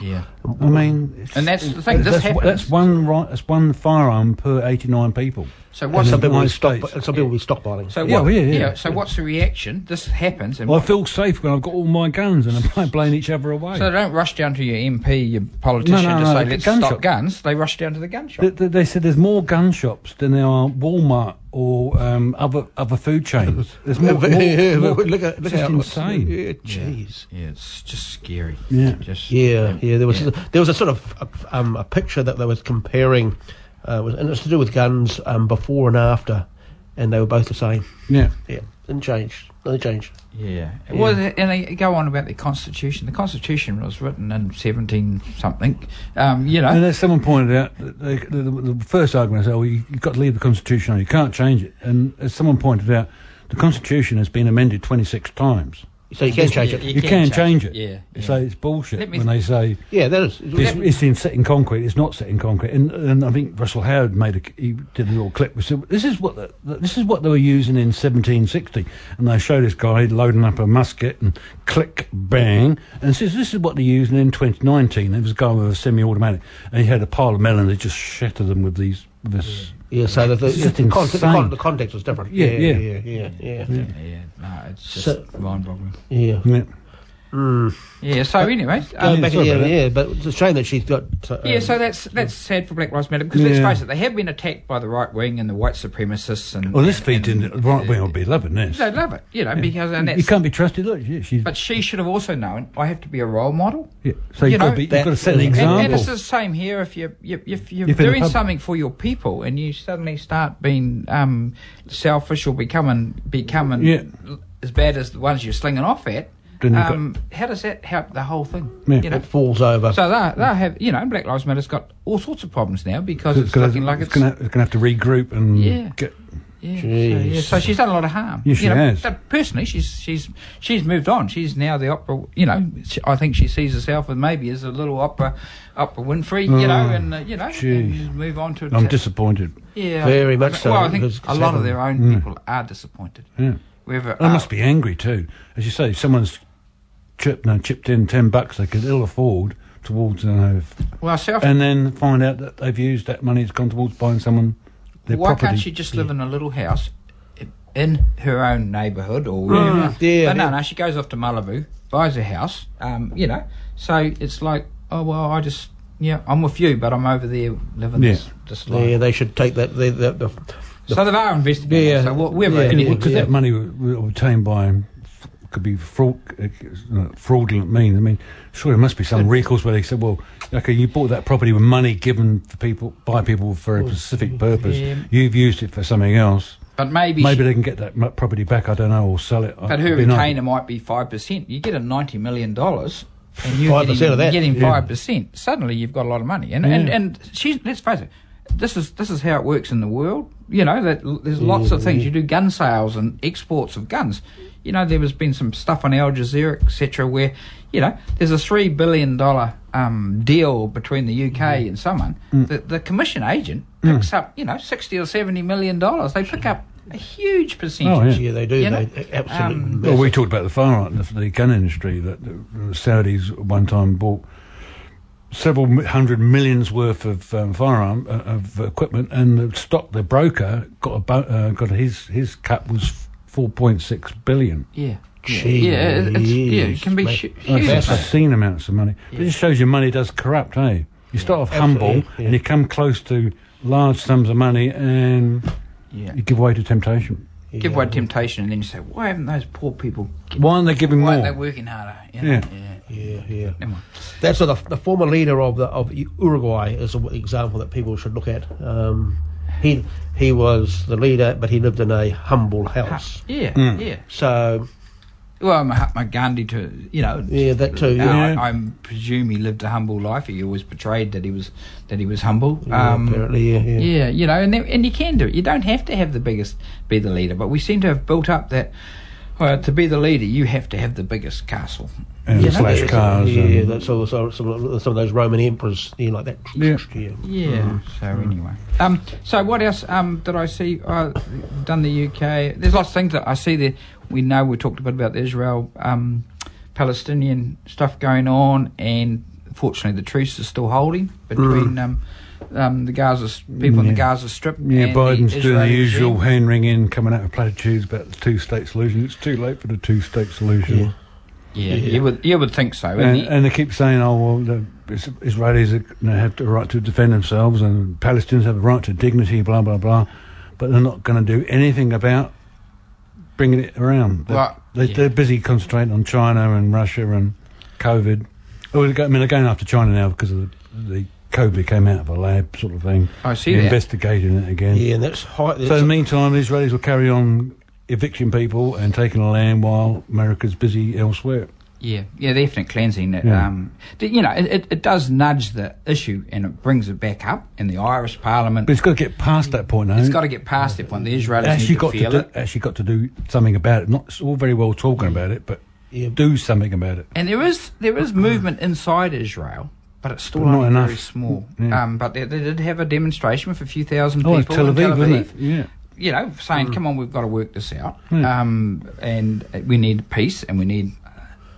yeah. I mean, it's- And that's the thing, this that's, happens. that's one ri- that's one firearm per 89 people. So what's some the, then- people will nice stop. place. Some people will be stockpiling. so Yeah, what, yeah, yeah. So what's the reaction? This happens, and Well, I feel safe when I've got all my guns and I'm <laughs> blowing each other away. so they don't rush down to your MP, your politician, No, no, to no, say the let's gun stop shop." guns. They rush down to the gun shop. They, they, they said there's more gun shops than there are Walmart or um, other other food <laughs> chains. <laughs> There's more. more, more- look at it's look just at insane. Yeah, jeez. Yeah, it's just scary. Yeah. Just, Yeah, yeah. There was Yeah. there was a sort of a, um, a picture that they was comparing, uh, was, and it's to do with guns um, before and after, and they were both the same. Yeah. Yeah, didn't change. Nothing changed. Yeah. Well, they- and they go on about the Constitution. The Constitution was written in 17 something. Um, you know. And as someone pointed out, that they, the, the, the first argument is, oh, you, you've got to leave the Constitution on, you can't change it. And as someone pointed out, the Constitution has been amended 26 times. So you can change it. You, can, change it. Yeah. yeah. So it's bullshit Let me when they say Yeah, that is. it's, it's in set in concrete. It's not set in concrete. And, and I think Russell Howard made a he did a little clip. which said, this is what the, this is what they were using in 1760. And they show this guy loading up a musket and click bang. And it says this is what they're using in 2019. It was a guy with a semi-automatic, and he had a pile of melons. They just shattered them with these. with This, Yeah, so the, the, It's just the, con- the, insane. con- the context was different. Yeah, yeah, yeah. yeah, yeah, yeah. yeah. Yeah. No, it's just So- mind-boggling. yeah. Yeah. So anyway. Going Um, back, sorry yeah, about that. yeah, but it's a shame that she's got. uh, yeah, so that's that's sad for Black Lives Matter because let's Yeah. face it, they have been attacked by the right wing and the white supremacists and. Well, this and- feeds and- in the right wing. I'll be loving this. They love it, you know, because and You that's. can't be trusted. Look, yeah, she's. But she should have also known I have to be a role model. yeah. So you've you got, know, to be, you've that- got to set an and- and example. And, and it's the same here. If you're you, if you're If in a doing pub- something for your people, and you suddenly start being um, selfish or becoming becoming Yeah. l- as bad as the ones you're slinging off at, Then you've got- um, how does that help the whole thing? Yeah. You know. it falls over. So they they have you know Black Lives Matter's got all sorts of problems now because it's gonna- looking like it's, gonna, it's gonna have to regroup and Yeah. get yeah, so, Jeez. yeah, so she's done a lot of harm. Yeah, you she know, has. but Personally, she's she's she's moved on. She's now the opera. You know, she, I think she sees herself as maybe as a little opera, opera Winfrey. you know, and uh, you know, jeez. and move on to. I'm to- disappointed. yeah, Very much I- so, Well, I think because a it's lot of happened. their own people are disappointed. uh, Yeah. Whoever I must be angry too. As you say, someone's chipped and chipped in ten bucks they could ill afford towards an oath, uh, Well, self. and then find out that they've used that money that's gone towards buying someone their Why property. can't she just live in a little house i- in her own neighbourhood or wherever? Mm. yeah, but yeah. no, no, she goes off to Malibu, buys a house. Um, you know, so it's like, oh well, I just yeah, I'm with you, but I'm over there living Yeah. this this life. Yeah, they should take that. The, the, the, So they are investigating. Yeah, yeah. So what, we're Yeah, ready. yeah. Because that money w- w- obtained by could be fraud, uh, fraudulent means. I mean, sure, there must be some records where they said, "Well, okay, you bought that property with money given for people by people for a specific purpose. yeah. You've used it for something else. But maybe, Maybe she, they can get that mu- property back. I don't know, or sell it. but her retainer might be five percent. You get a ninety million dollars. And you're 5% getting, of that, You're getting yeah. five percent. Suddenly, you've got a lot of money, and and, Yeah. and she's, let's face it, this is this is how it works in the world. You know that l- there's lots of things you do, gun sales and exports of guns. You know there has been some stuff on Al Jazeera, etc., where you know there's a three billion dollar um, deal between the UK and someone. The, the commission agent picks up you know sixty or seventy million dollars. They pick up a huge percentage. Oh, yeah. yeah, they do. You know, they absolutely. um, Well, we talked about the firearm, the, the gun industry. That the Saudis at one time bought several mi- hundred millions worth of um, firearm uh, of equipment, and the stock the broker got a bo- uh, got his his cut was four point six billion. Yeah. yeah, it- it's, yeah, it can be Jeez, hu- mate. huge. That's mate. obscene amounts of money. But it just shows you money does corrupt, eh? You start off humble, Absolutely, yeah. and you come close to large sums of money, and Yeah. you give way to temptation. Give Yeah. way to temptation, and then you say, "Why haven't those poor people? Get, Why aren't they giving why more? aren't they working harder?" You Yeah. yeah. Yeah, yeah. Never mind. That's sort of the former leader of the of Uruguay is an example that people should look at. Um, he he was the leader, but he lived in a humble house. Yeah, yeah. So Well, Mahatma Gandhi, to you know, yeah, that too. uh, Yeah, I, I presume he lived a humble life. He always portrayed that he was that he was humble. Yeah, um, apparently, yeah, yeah. Yeah, you know, and then, and you can do it. You don't have to have the biggest be the leader, but we seem to have built up that uh, to be the leader, you have to have the biggest castle. and Yeah, slash that's- cars. Yeah, and- that's all. So, some, of- some of those Roman emperors, you know, like that. Yeah. Hmm. yeah. Yeah. Hmm. So anyway, um, so what else um did I see? Uh, done the UK. There's lots of things that I see there. We know we talked a bit about the Israel, um, Palestinian stuff going on, and fortunately the truce is still holding between um, um, the Gaza s- people in the Hmm. Yeah. Gaza Strip. Yeah, and Biden's doing the Israeli usual regime. hand wringing, coming out of platitudes about the two state solution. It's too late for the two state solution. Yeah. Yeah, you would you would think so. And, And the- and they keep saying, oh, well, the Is- Israelis are, you know, have the right to defend themselves and Palestinians have a right to dignity, blah, blah, blah. But they're not going to do anything about bringing it around. They're, Right, they, yeah. they're busy concentrating on China and Russia and COVID. Oh, they're go- I mean, they're going after China now because of the, the COVID came out of a lab sort of thing. I see They're that. Investigating it again. Yeah, and that's high. That's So in the meantime, the Israelis will carry on evicting people and taking the land while America's busy elsewhere. Yeah, yeah, the ethnic cleansing. That, Yeah. um, th- you know, it, it, it does nudge the issue and it brings it back up in the Irish Parliament. But it's got to get past that point now. It's got to get past that point. The Israelis actually need to Hmm? got to feel do, it. actually got to do something about it. Not it's all very well talking about it, but Yeah. do something about it. And there is there is movement inside Israel, but it's still But not only very enough. small. Yeah. Um, but they, they did have a demonstration with a few thousand Oh, it's people Tel in Aviv, Tel isn't Aviv. it? Hmm. Yeah. You know, saying, "Come on, we've got to work this out, um, and uh, we need peace, and we need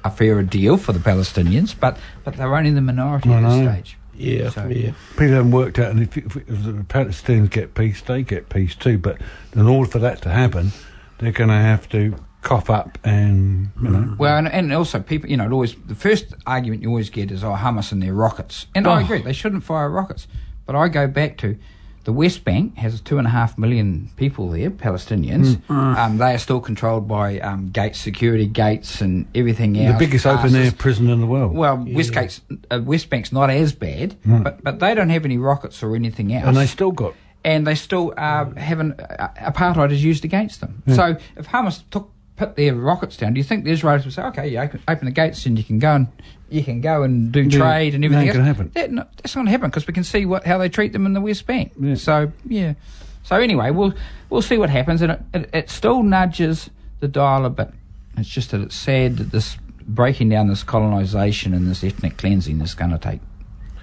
a fairer deal for the Palestinians." But but they're only the minority at this know. stage. yeah, So- yeah. People haven't worked out, and if, if, if the Palestinians get peace, they get peace too. But in order for that to happen, they're going to have to cough up and you know. Well, and, and also people, you know, it always the first argument you always get is, "Oh, Hamas and their rockets," and I Oh. agree they shouldn't fire rockets. But I go back to the West Bank has two and a half million people there, Palestinians. Mm. Um, they are still controlled by um, gates, security gates, and everything else. the biggest open air passes. prison in the world. Well, Westgate's, uh, West Bank's not as bad, but but they don't have any rockets or anything else Mm. and they still got and they still uh, haven't. Uh, apartheid is used against them. Hmm. So if Hamas took put their rockets down, do you think the Israelis would say, "Okay, you open, open the gates and you can go and you can go and do Yeah, trade and that ain't everything"? else? gonna happen. That, no, that's not going to happen because we can see what how they treat them in the West Bank. Yeah. So yeah. So anyway, we'll we'll see what happens, and it, it, it still nudges the dial a bit. It's just that it's sad that this breaking down this colonisation and this ethnic cleansing is going to take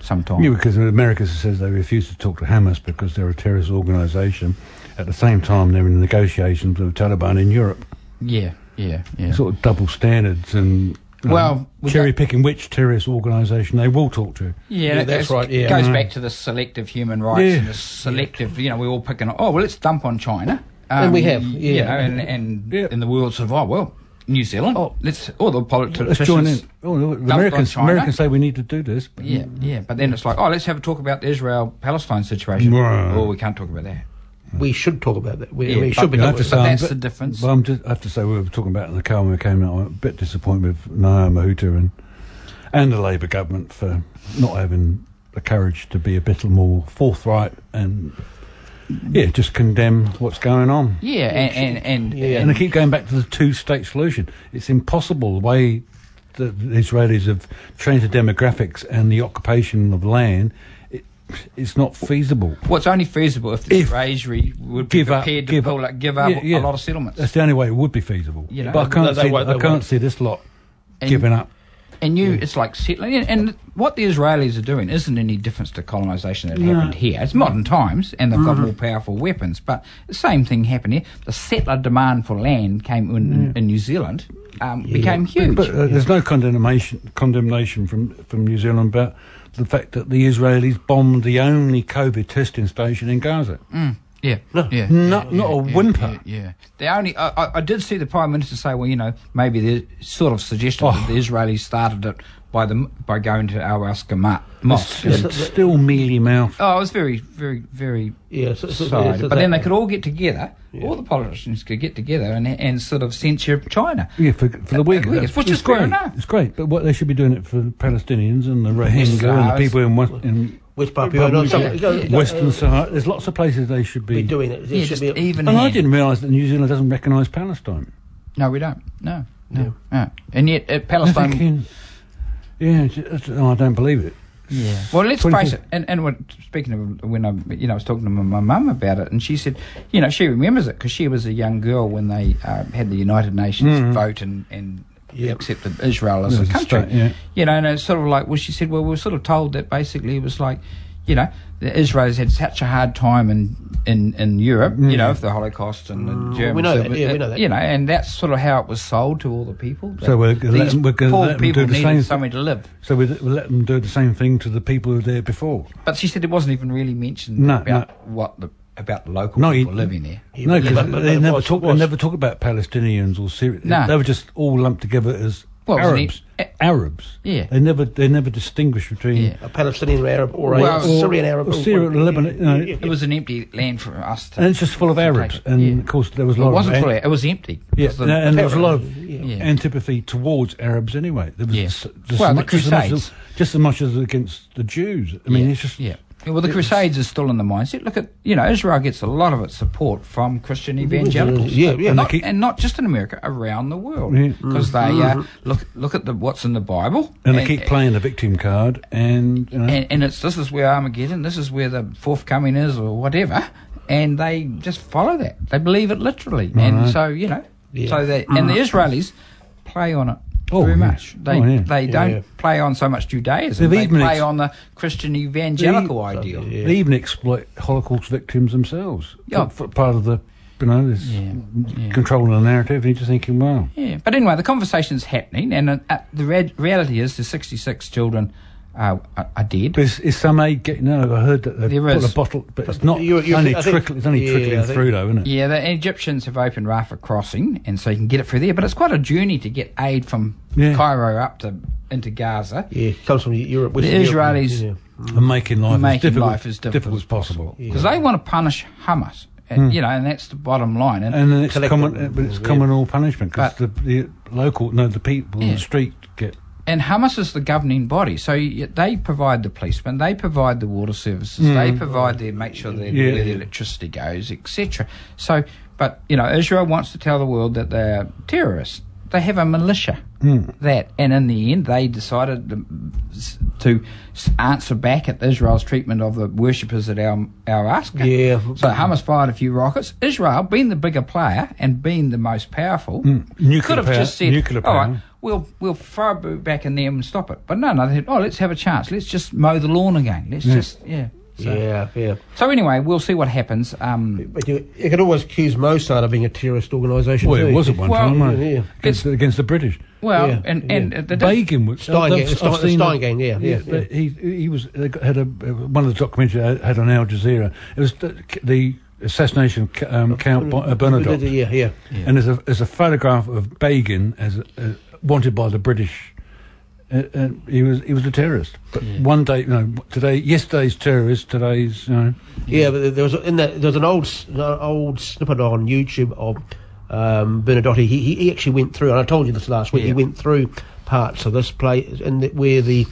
some time. Yeah, because America says they refuse to talk to Hamas because they're a terrorist organisation. At the same time, they're in negotiations with the Taliban in Europe. yeah, yeah, yeah. Sort of double standards and Well, we cherry got- picking which terrorist organisation they will talk to. Yeah, Yeah, that that's goes- right, yeah. goes Mm. back to the selective human rights Yeah. and the selective. You know, we all picking. Oh well, let's dump on China. Um, And we have, yeah. You know, and and Yeah. and the world sort of oh well, New Zealand. Oh. let's all the politicians. Let's join in. Oh, the on Americans, China. Americans say we need to do this. but- Yeah, yeah. But then it's like oh, let's have a talk about the Israel Palestine situation. Right. Oh, we can't talk about that. Mm. We should talk about that. We, Yeah, we but- should be I I have talking have to But about say, that. that's I'm the difference. But I'm just, I have to say, we were talking about in the car when we came out. I'm a bit disappointed with Naomi Mahuta and and the Labour government for not having the courage to be a bit more forthright and yeah, just condemn what's going on. Yeah, and and and, Yeah. And I keep going back to the two-state solution. It's impossible the way the Israelis have changed the demographics and the occupation of land. It, it's not feasible. What's only feasible if the If- Israeli would be give up, prepared to give pull, up. like, give up Yeah, yeah. a lot of settlements. That's the only way it would be feasible. You know, but I can't they see. won't- I they can't won't. see this lot And- giving up. And you, it's like settling. And, and what the Israelis are doing isn't any difference to colonisation that No. happened here. It's modern times, and they've Mm-hmm. got more powerful weapons. But the same thing happened here. The settler demand for land came in, in, New Zealand, um, became huge. But uh, there's no condemnation condemnation from from New Zealand about the fact that the Israelis bombed the only COVID testing station in Gaza. Mm. yeah, yeah, Not not a whimper. Yeah, yeah. The only I, I- I did see the prime minister say, well, you know, maybe the sort of suggested that Oh. the Israelis started it by the by going to Al Aqsa Ma- mosque. It's still mealy mouthed. Oh, it was very, very, very Yeah, so- so- side. yeah, so but then that- they could all get together. All the politicians could get together and, and sort of censure China. Yeah, for, for the Uyghurs, Uyghurs, that's- which it's is fair great. enough. It's great, but what they should be doing it for the Palestinians and the Rohingya and the Sahrawis. people in, West, in West Papua. no, so- Yeah. go- go- Western Sahara. There's lots of places they should Be be. doing it. There Yeah, should just be a- Oh, even. and I hand. didn't realise that New Zealand doesn't recognise Palestine. No, we don't. No, no, no. And yet, uh, <laughs> Palestine. Thinking, yeah, it's- it's- oh, I don't believe it. Yeah. Well, let's 24 face it. And and what, speaking of when I, you know, I was talking to my, my mum about it, and she said, you know, she remembers it because she was a young girl when they uh, had the United Nations Mm-hmm. vote and and Yeah. accepted Israel as a As a country. state, yeah. You know, and it's sort of like, well, she said, well, we were sort of told that basically it was like, you know, the Israelis had such a hard time in in, in Europe, Mm. you know, with the Holocaust and the Germans. we know so that, it- yeah, we it- know that. You know, and that's sort of how it was sold to all the people. So we're gonna let these them- we're gonna poor let them do people the needed same- somewhere to live. So we, we let them do the same thing to the people who were there before. But she said it wasn't even really mentioned No, about what the about the local No, you- people living there. Yeah, No, but- because but- but they it never was- talk. They was- never talk about Palestinians or Syrians. No. They were just all lumped together as Well, it was an Arabs. e- Arabs. Yeah. They never. They never distinguish between. Yeah. a Palestinian Arab or a Well, or- Syrian Arab. or Syrian Lebanon, no. It was an empty land for us. To And it's just full of Arabs. And Yeah. of course, there was a it lot wasn't of. full. Of, it was empty. It yeah, was the- and, and there was a lot of Yeah. antipathy towards Arabs anyway. There was Yeah. s- just Well, as the much, as much Crusades. as, just as much as against the Jews. I mean, yeah, it's just yeah. Yeah, Well, the Crusades is still in the mindset. Look at you know Israel gets a lot of its support from Christian evangelicals. Yeah, yeah. and not, keep- and not just in America, around the world, Yeah. Mm-hmm. because they uh, look look at the what's in the Bible, And they keep playing the victim card, and you know, and, and it's this is where Armageddon, this is where the forthcoming is, or whatever, and they just follow that. They believe it literally, and so you know, Yeah. so that and the Israelis play on it. Mm. Oh, very yeah. much. They Oh, yeah. they Yeah, don't yeah. play on so much Judaism. They've They even play ex- on the Christian evangelical ideal. yeah. they even exploit Holocaust victims themselves. Yeah. For, for part of the, you know, this Yeah, yeah. controlling the narrative. And you're just thinking, wow. Yeah, but anyway, the conversation's happening, and uh, uh, the re- reality is the 66 children uh, are, are dead. But is, is some aid getting? No, I heard that they There put is. a bottle, but it's not. you- you- only I think- trickle, it's only yeah, trickling I think- through, though, isn't it? Yeah, the Egyptians have opened Rafah crossing, and so you can get it through there. But it's quite a journey to get aid from Yeah. Cairo up to into Gaza. Yeah, comes from Europe. The Western Europe, Israelis, yeah. because And making life as Making difficult, life as difficult difficult as as possible. they want to punish Hamas, and, you know, and that's the bottom line. And, And then it's Collective- common, uh, but it's common all punishment because the, But- the local, no, the people on Yeah. the street get. and Hamas is the governing body, so y they provide the policemen, they provide the water services, they provide the make sure that Yeah. where the electricity goes, etc. So, but you know, Israel wants to tell the world that they're terrorists. They have a militia that, and in the end, they decided to, s- to s- answer back at Israel's treatment of the worshippers at our our Aqsa. Yeah. So Hamas fired a few rockets. Israel, being the bigger player and being the most powerful, Nuclear could have power- just said, nuclear "All power." right, we'll we'll throw it back in there and stop it. But no, no, they said, oh, let's have a chance. Let's just mow the lawn again. Let's just yeah. So, Yeah, yeah. so anyway, we'll see what happens. Um, But you, you could always accuse Mossad of being a terrorist organisation. Well, too. it was at one Well, time, wasn't yeah, it? yeah. Against, the, against the British. well, Yeah, and and yeah. uh, the Beigen was Steingang, I've- I've Stein- seen that. Steingang, yeah, yeah, yeah. but He he was uh, had a one of the documentaries I had on Al Jazeera. It was the, the assassination of Ca- um, Count Bo- uh, Bernadotte, Yeah, yeah. and there's a there's a photograph of Begin as uh, wanted by the British. Uh, uh, he was he was a terrorist, but one day, you know, today, yesterday's terrorist, today's, you know, Yeah, but there was in that there was an old s- an old snippet on YouTube of um, Bernadotte. He, he he actually went through, and I told you this last week. He Yeah. went through parts of this play and the, where the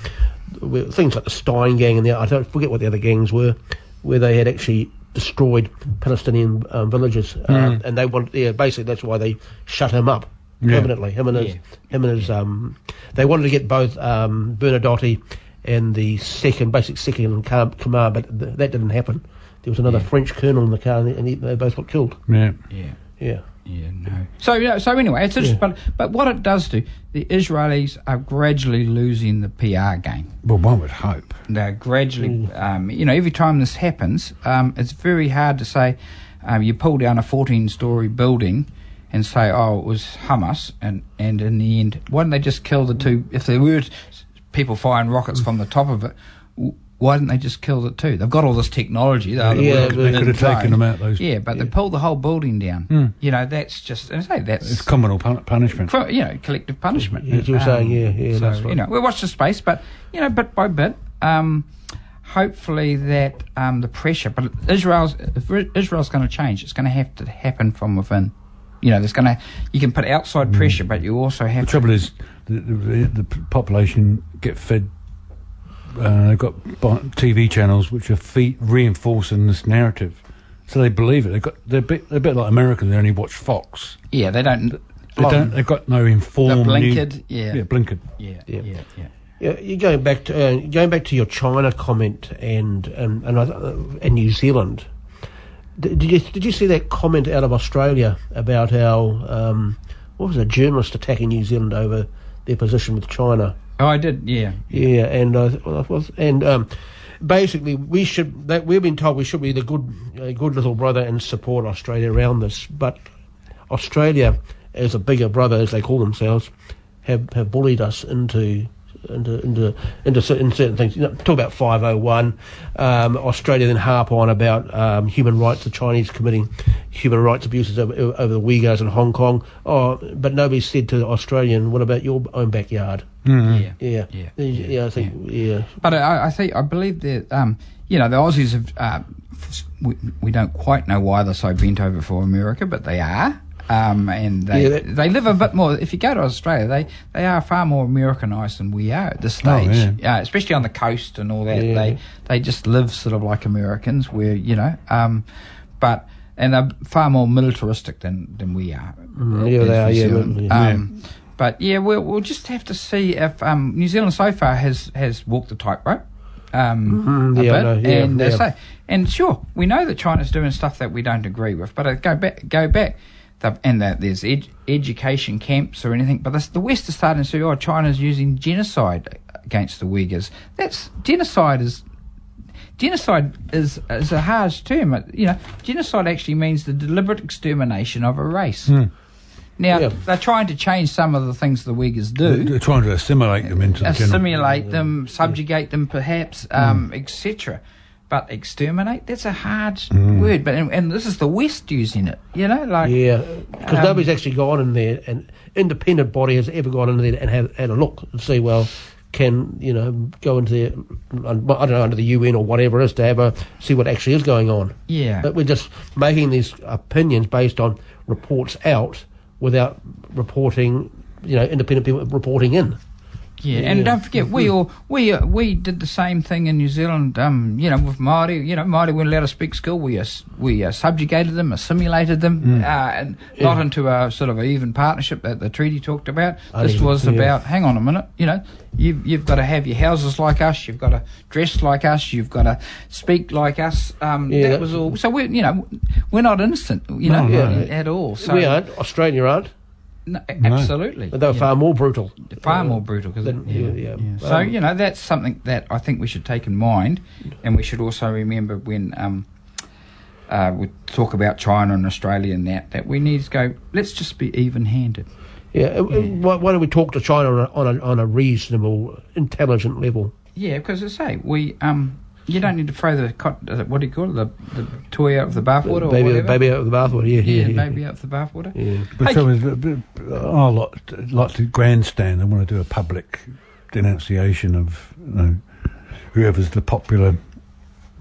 where things like the Stein gang and the I don't forget what the other gangs were, where they had actually destroyed Palestinian um, villages, um, and they wanted yeah basically that's why they shut him up Yeah. permanently. Him and his Yeah. him and his um, they wanted to get both um, Bernadotte and the second, basic second in com- command, but th- that didn't happen. There was another French colonel in the car, and, he, and he, they both got killed. yeah, yeah. Yeah, Yeah, no. So yeah, so anyway, it's just, but but what it does do, the Israelis are gradually losing the PR game. well, one would hope. They're gradually, Mm. um, you know, every time this happens, um, it's very hard to say um, you pull down a 14-story building and say, oh, it was Hamas, and and in the end, why didn't they just kill the two? If there were s- people firing rockets from the top of it. w- Why didn't they just kill the two? They've got all this technology. They Yeah, they could have taken them out. Those, Hmm. Yeah, but they pulled the whole building down. You know, that's just, and I say that's it's criminal pun- punishment. cri- you know, collective punishment. Yeah, as you were saying, yeah, yeah, so, that's right. You know, we'll watch the space, but you know, bit by bit, um, hopefully that um, the pressure. But Israel's if Ri- Israel's going to change. It's going to have to happen from within. You know, there's going to you can put Mm. outside pressure, but you also have The trouble is, the, the, the p- population get fed. Uh, they've got bo- TV channels which are fe- reinforcing this narrative, so they believe it. They got they're a bit, they're a bit like Americans. They only watch Fox. to. Yeah, they don't. They don't. They've got no They're informed. new- blinkered, yeah. yeah, blinkered. Yeah, Yeah. yeah, yeah. yeah you're going back to uh, going back to your China comment and and and, I th- uh, and New Zealand. D- Did you did you see that comment out of Australia about our um, what was it, a journalist attacking New Zealand over their position with China? Oh, I did. Yeah, Yeah, and uh, well, that was- and um, basically we should that we've been told we should be the good uh, good little brother and support Australia around this, but Australia, as a bigger brother as they call themselves, have have bullied us into. Into, into into cer- in certain things. You know, talk about 501. Um, Australia then harp on about um, human rights. The Chinese committing human rights abuses over, over the Uyghurs in Hong Kong. Oh, but nobody said to the Australian, "What about your own backyard?" yeah. Mm-hmm. Yeah. Yeah. Yeah, I think, yeah. But I, I think I believe that um, you know the Aussies have. Uh, f- we, we don't quite know why they're so bent over for America, but they are. Um, and they Yeah, that- they live a bit more. If you go to Australia, they, they are far more Americanized than we are at this Oh, stage. uh, especially on the coast and all that. Yeah. They they just live sort of like Americans, where you know. Um, but and they're far more militaristic than, than we are. Mm, yeah, as they are, New yeah, Zealand. yeah. Um, but yeah, we'll, we'll just have to see if um, New Zealand so far has, has walked the tightrope. Um, Mhm, a yeah, I bit, know, yeah, and yeah. so- and sure, we know that China's doing stuff that we don't agree with, but I go back, go back, the, and that there's ed- education camps or anything. But this, the West is starting to say, oh, China's using genocide against the Uyghurs. That's genocide is genocide is is a harsh term. It- You know, genocide actually means the deliberate extermination of a race. Now Hmm. Yeah. they're trying to change some of the things the Uyghurs do They're trying to assimilate them into the general. assimilate them, subjugate them, perhaps, um, etc. But exterminate—that's a hard word. But and, and this is the West using it, you know, like Yeah, because Um, nobody's actually gone in there, an independent body has ever gone in there and had, had a look and see, well, can, you know, go into the, un- I don't know, under the UN or whatever it is to have a, see what actually is going on. Yeah. But we're just making these opinions based on reports out without reporting, you know, independent people reporting in. Yeah, and Yeah. don't forget, we all we uh, we did the same thing in New Zealand. Um, you know, with Maori, you know, Maori weren't allowed to speak school. We uh, s- we uh, subjugated them, assimilated them, Mm. uh, and not into a sort of an even partnership that the treaty talked about. this Uneven, was yeah. about, hang on a minute, you know, you've you've got to have your houses like us, you've got to dress like us, you've got to speak like us. Um, Yeah, that that- was all. So we, you know, we're not innocent, you know, No, no. at all. So we aren't, Australia aren't. No, a- absolutely. But they were Yeah. far more brutal. Uh, far more brutal. Cause Than, yeah, yeah. Yeah. So Um, you know that's something that I think we should take in mind, and we should also remember when um, uh, we talk about China and Australia and that that we need to go. Let's just be even-handed. yeah. uh, uh, Why, why don't we talk to China on a, on a, on a reasonable, intelligent level? Yeah, because I say we um, you don't need to throw the cot, uh, what do you call it the, the toy out of the bathwater or baby, whatever. baby out of the bathwater. Yeah, yeah, yeah, yeah. baby out of the bathwater. yeah. But Hey, so is, but- but I like, like to grandstand and want to do a public denunciation of you know, whoever's the popular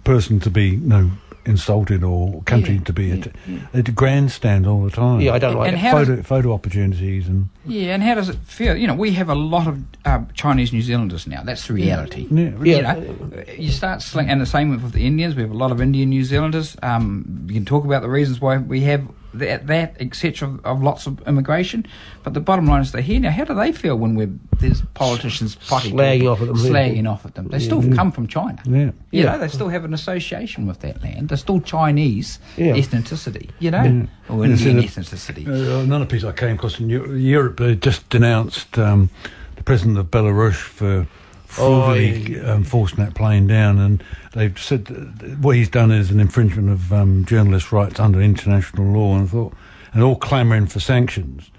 person to be you know, insulted or country Yeah, to be. at They do grandstand all the time. Yeah, I don't like And it. how does- photo, photo opportunities and Yeah, and how does it feel? You know, we have a lot of uh, Chinese New Zealanders now. That's the reality. yeah, Yeah. You know, you start sling, and the same with the Indians. We have a lot of Indian New Zealanders. Um, you can talk about the reasons why we have that, that etc. Of, of lots of immigration, but the bottom line is they're here now. How do they feel when we're there's politicians potty Slagging talking, off at them. slagging off at them? They still come from China. Yeah. You Yeah. know, they still have an association with that land. They're still Chinese Yeah. ethnicity. You know, or Yeah, so Indian the- ethnicity. Uh, another piece I came across in Eu- Europe uh, just denounced um, the president of Belarus for fraudulently um, forcing that plane down, and they've said that what he's done is an infringement of um, journalists' rights under international law, and I thought, and all clamouring for sanctions.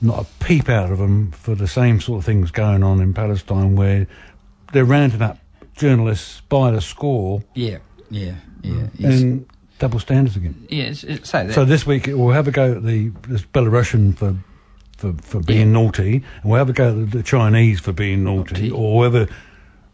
Not a peep out of them for the same sort of things going on in Palestine, where they're rounding up journalists by the score Yeah, yeah, yeah. Yes. and double standards again. Yeah, it's, it's, so that, So this week we'll have a go at the this Belarusian for for, for being naughty, and we'll have a go at the, the Chinese for being naughty, Naughty. or whoever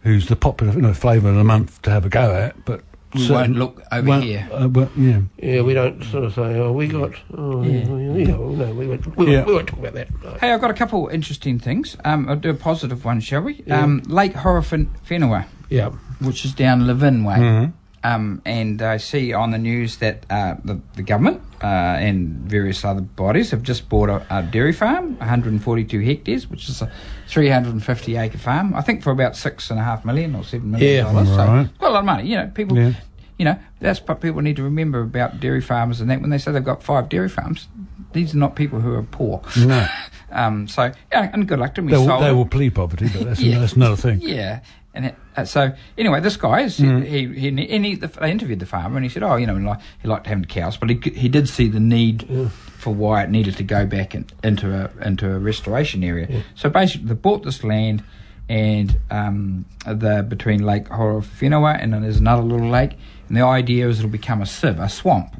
who's the popular you know, flavour of the month to have a go at. But We certain- won't look over won't- here. uh, well, yeah, Yeah, we don't sort of say, oh, we got, oh, yeah, Yeah. yeah, yeah, well, no, we won't, we, Yeah. won't, we won't talk about that. No. Hey, I've got a couple interesting things. Um, I'll do a positive one, shall we? Um, Lake Horowhenua, Yeah, which is down Levin Way. Mm-hmm. Um, and I see on the news that uh, the, the government uh, and various other bodies have just bought a, a dairy farm, 142 hectares, which is a 350 acre farm, I think for about six and a half million or seven million Yeah. dollars. Right. So quite a lot of money. You know, people. Yeah. You know, that's what people need to remember about dairy farmers and that. When they say they've got five dairy farms, these are not people who are poor. no, <laughs> Um, so yeah, and good luck to him. He they will, sold they it. will plead poverty, but that's, <laughs> Yeah. that's another thing. Yeah, and it, uh, so anyway, this guy is, he, he he and he the, they interviewed the farmer and he said, oh, you know, like, he liked having cows, but he c- he did see the need for why it needed to go back in, into a into a restoration area. So basically, they bought this land. And um, the between Lake Horowhenua and then there's another little lake, and the idea is it'll become a sieve, a swamp,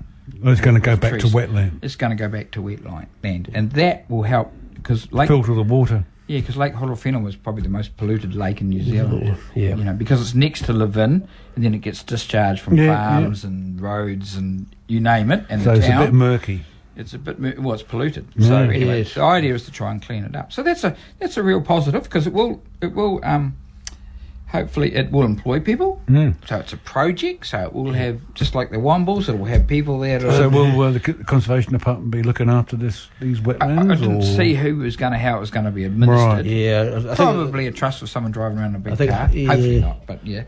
It's going to go back to trees. wetland, It's going to go back to wetland, land, and that will help because Lake filter the water. yeah, because Lake Horowhenua was probably the most polluted lake in New Zealand. yeah. You know, because it's next to Levin, and then it gets discharged from Yeah, yeah. farms and roads and you name it, and So the it's a town. bit murky. it's a bit, mo- well, it's polluted. Yeah. So anyway, Yes. the idea is to try and clean it up. So that's a that's a real positive because it will it will um, hopefully it will employ people. Mm. So it's a project. So it will have just like the Wombles, it will have people there. To So will uh, the c- conservation department be looking after this these I, I wetlands? or? didn't see who was going to how it was going to be administered. yeah. I- I think, Probably a trust for someone driving around in a big I think- car. Hopefully yeah. Mm. not, but yeah.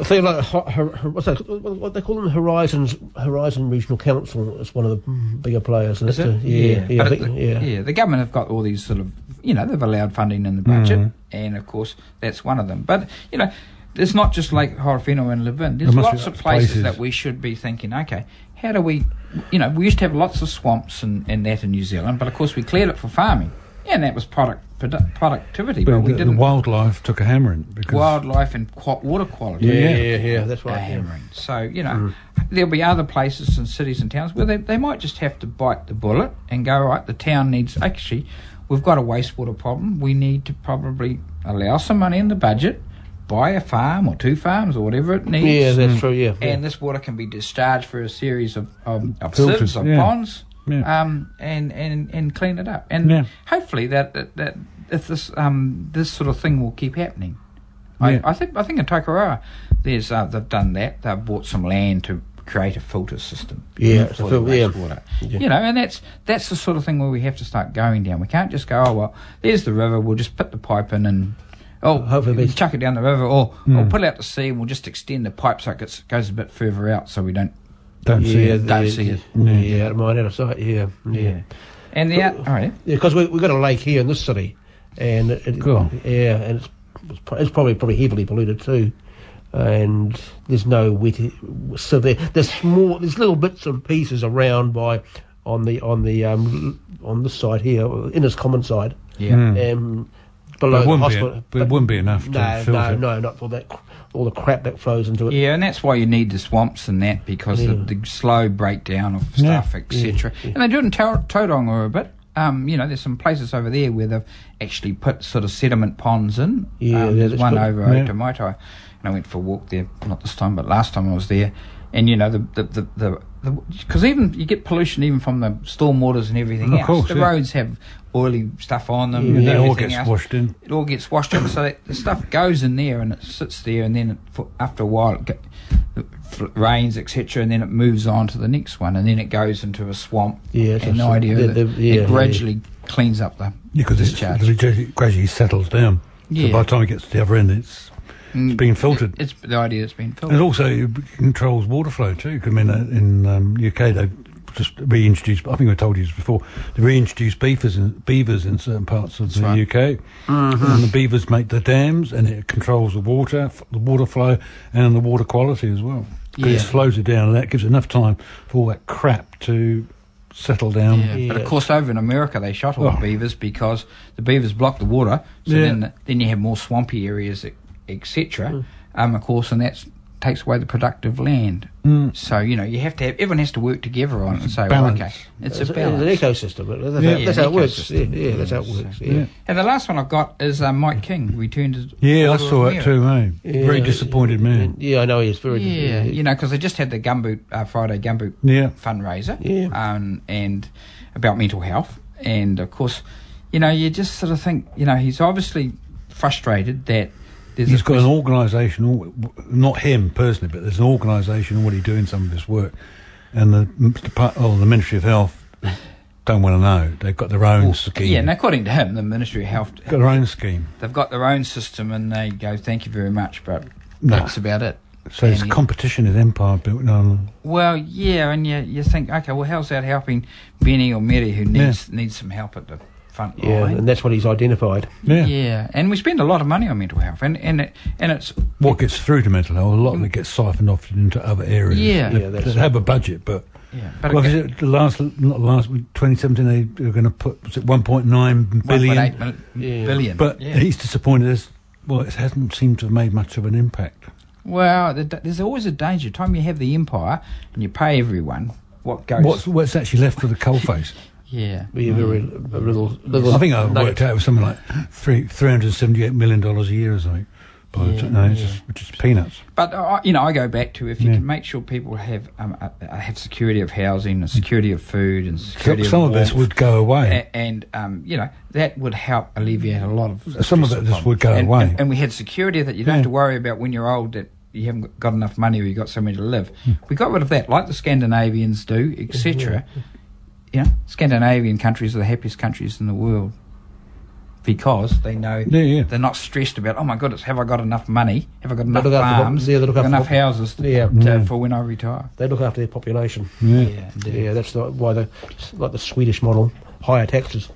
I think like ho- ho- ho- what's that? What what they call them? Horizons Horizon Regional Council is one of the mm, bigger players. And Is it's it? a- yeah, yeah, I But think- the, yeah. The government have got all these sort of, you know, they've allowed funding in the budget, Mm. and of course that's one of them. But you know, it's not just like Horofino and Levin. There's must be lots lots of of places, places. that we should be thinking. Okay, how do we? You know, we used to have lots of swamps and, and that in New Zealand, but of course we cleared it for farming, yeah, and that was product produ- productivity, but, But we the, the didn't. wildlife took a hammering because wildlife and qua- water quality. yeah, yeah, Yeah. yeah, That's are right. yeah. hammering. So you know, there'll be other places and cities and towns where they, they might just have to bite the bullet and go right. The town needs actually, we've got a wastewater problem. We need to probably allow some money in the budget, buy a farm or two farms or whatever it needs. Yeah, that's true. Yeah, yeah. And this water can be discharged through a series of, of, of Filters, sieves, of yeah. ponds, Yeah. um, and, and, and clean it up. And Yeah. hopefully that, that, that if this um, this sort of thing will keep happening. Yeah. I, I think I think in Tokoroa, there's uh, they've done that. They've bought some land to create a filter system. Yeah, for so the fil- yeah. wastewater. You know, and that's that's the sort of thing where we have to start going down. We can't just go, oh well, there's the river. We'll just put the pipe in and. Oh, Hopefully Hmm. we'll it's- chuck it down the river, or or put it out to sea, and we'll just extend the pipe so it gets, goes a bit further out, so we don't don't see yeah, it. Don't yeah, see it. Yeah, yeah, it might out of sight. Yeah, yeah. And the out- oh, yeah. because we, we've got a lake here in this city, and it, it- Cool. yeah, and it's it's, pro- it's probably probably heavily polluted too, and there's no wet. So there, there's small, there's little bits and pieces around by on the on the um, on this side here, in this common side, Yeah. um, below Hmm. It the wouldn't, be, hospital. it wouldn't be enough to no, filter. no, no, not for that. cr- All the crap that flows into it. Yeah, and that's why you need the swamps and that because the, the slow breakdown of stuff, etc. And they do it in Tar- Tauranga a bit. Um, you know, there's some places over there where they've actually put sort of sediment ponds in. Yeah, um, there's that's one good. over Yeah. yeah. Otamaitai, and I went for a walk there. Not this time, but last time I was there, and you know the the the the because even you get pollution even from the stormwaters and everything Of else. course, the yeah. roads have oily stuff on them. Yeah, and And that all everything gets else washed in. it all gets washed up, so that the stuff goes in there and it sits there, and then it, for, after a while it, go, it fl- rains, etc., and then it moves on to the next one, and then it goes into a swamp. Yeah, it's and a the s- idea the- that the- yeah, it gradually cleans up the Yeah, because it's discharge. it gradually- gradually settles down. So Yeah. Mm. by the time it gets to the other end, it's it's being filtered. It's the idea that's been And filtered. also it controls water flow too. 'cause I mean, uh, in um, UK they've just reintroduced. I think I told you this before. They reintroduced beavers in, beavers in certain parts of the right. Uh-huh. UK, and the beavers make the dams, and it controls the water, f- the water flow, and the water quality as well. 'Cause it's Yeah. floated down, and that gives enough time for all that crap to settle down. Yeah. Um, But of course, over in America, they shot all Oh. the beavers because the beavers block the water, so Yeah. Mm. then then you have more swampy areas, etc. Um, of course, and that takes away the productive land. So you know you have to have everyone has to work together on it and say, well, Mm. balance. okay, It's, it's a a- it's an balance. ecosystem. but That's, Yeah. how, that's how it works. Yeah, Ecosystem. yeah, that's how it works. So- Yeah. And the last one I've got is uh, Mike King. Returned as Yeah, I Order of saw it Merit. too, mate. Very Yeah, disappointed man. Yeah, I know he's very. Yeah, you know, because they just had the Gumboot uh, Friday Gumboot Yeah. fundraiser, Yeah. um, and about mental health, and of course, you know, you just sort of think, you know, he's obviously frustrated that there's He's this got an organisation, not him personally, but there's an organisation already doing some of this work, and the m- depart- oh, the Ministry of Health <laughs> don't want to know. They've got their own scheme. Yeah, and according to him, the Ministry of Health, got their own scheme. they've got their own system, and they go, "Thank you very much," but No. that's about it. So it's And you- competition is empire built on. Well, yeah, and you you think, okay, well, how's that helping Benny or Mary who needs needs some help at the front Yeah, line? and that's what he's identified. Yeah. Yeah, and we spend a lot of money on mental health, and and it, and it's What gets through to mental health, a lot of it gets siphoned off into other areas. Yeah. They, Yeah, that's they have a budget, but. yeah, but Well, it, is it the last, not last, 2017, they they were going to put, was it 1.9 billion? 1.8 mil- Yeah. billion. But yeah. he's disappointed as well. It hasn't seemed to have made much of an impact. well, the, da- there's always a danger. Time you have the empire and you pay everyone, what goes? What's what's actually left for the <laughs> coalface? yeah, We have very little. little I think I nugget. worked out it was something like three three hundred seventy eight million dollars a year or something. By the Yeah, t- no, it's yeah. just, which is peanuts. But uh, you know, I go back to if you Yeah. can make sure people have um, uh, uh, have security of housing, and security of food, and security Some of this warmth, would go away. a- and um, you know that would help alleviate a lot of Some of it stress just problems. would go and, away. And, and we had security that you don't Yeah. have to worry about when you're old that you haven't got enough money or you got somewhere to live. Hmm. We got rid of that, like the Scandinavians do, etc. You know, Scandinavian countries are the happiest countries in the world because they know Yeah, yeah. they're not stressed about. Oh my goodness, have I got enough money? Have I got enough look after the- farms? yeah, they look got after enough the- houses? Yeah. to- Yeah. Mm. for when I retire. They look after their population. Yeah. Yeah, yeah, Yeah, that's the, why the like the Swedish model, higher taxes.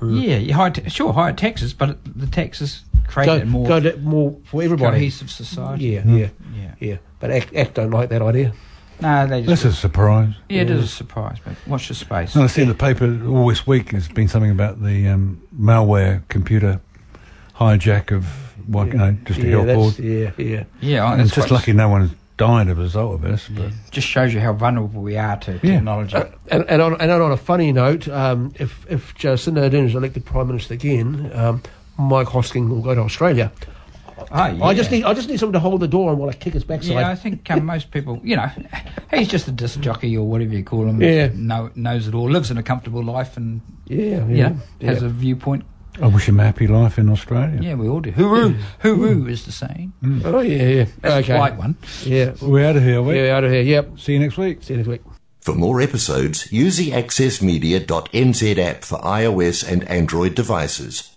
Mm. yeah. you high ta- sure, higher taxes, but it- the taxes Go, created more go to more for everybody. cohesive society. Yeah, yeah, Yeah. yeah. But ACT, ACT don't like that idea. No, they That's just. a surprise. yeah, it is a surprise, but watch the space. And I see in the paper all this week has been something about the um, malware computer hijack of what you know just a yeah, your board. that's, yeah, yeah. yeah, And Oh, that's it's just what's- lucky no one's died as a result of this. But Just shows you how vulnerable we are to technology. And, and, on, and on a funny note, um, if, if Jacinda Ardern is elected Prime Minister again, um, Mike Hosking will go to Australia. Oh, yeah. I just need I just need someone to hold the door and while I kick his backside. Yeah, I think um, most people, you know, he's just a disc jockey or whatever you call him. Yeah. Know, knows it all, lives in a comfortable life, and yeah, yeah, you know, has yeah. a viewpoint. I wish him a happy life in Australia. Yeah, we all do. Hooroo, hooroo is the saying. oh yeah, yeah. That's okay. the white one. Yeah, We're out of here. We yeah, out of here. Yep. see you next week. See you next week. For more episodes, use the accessmedia.nz app for iOS and Android devices,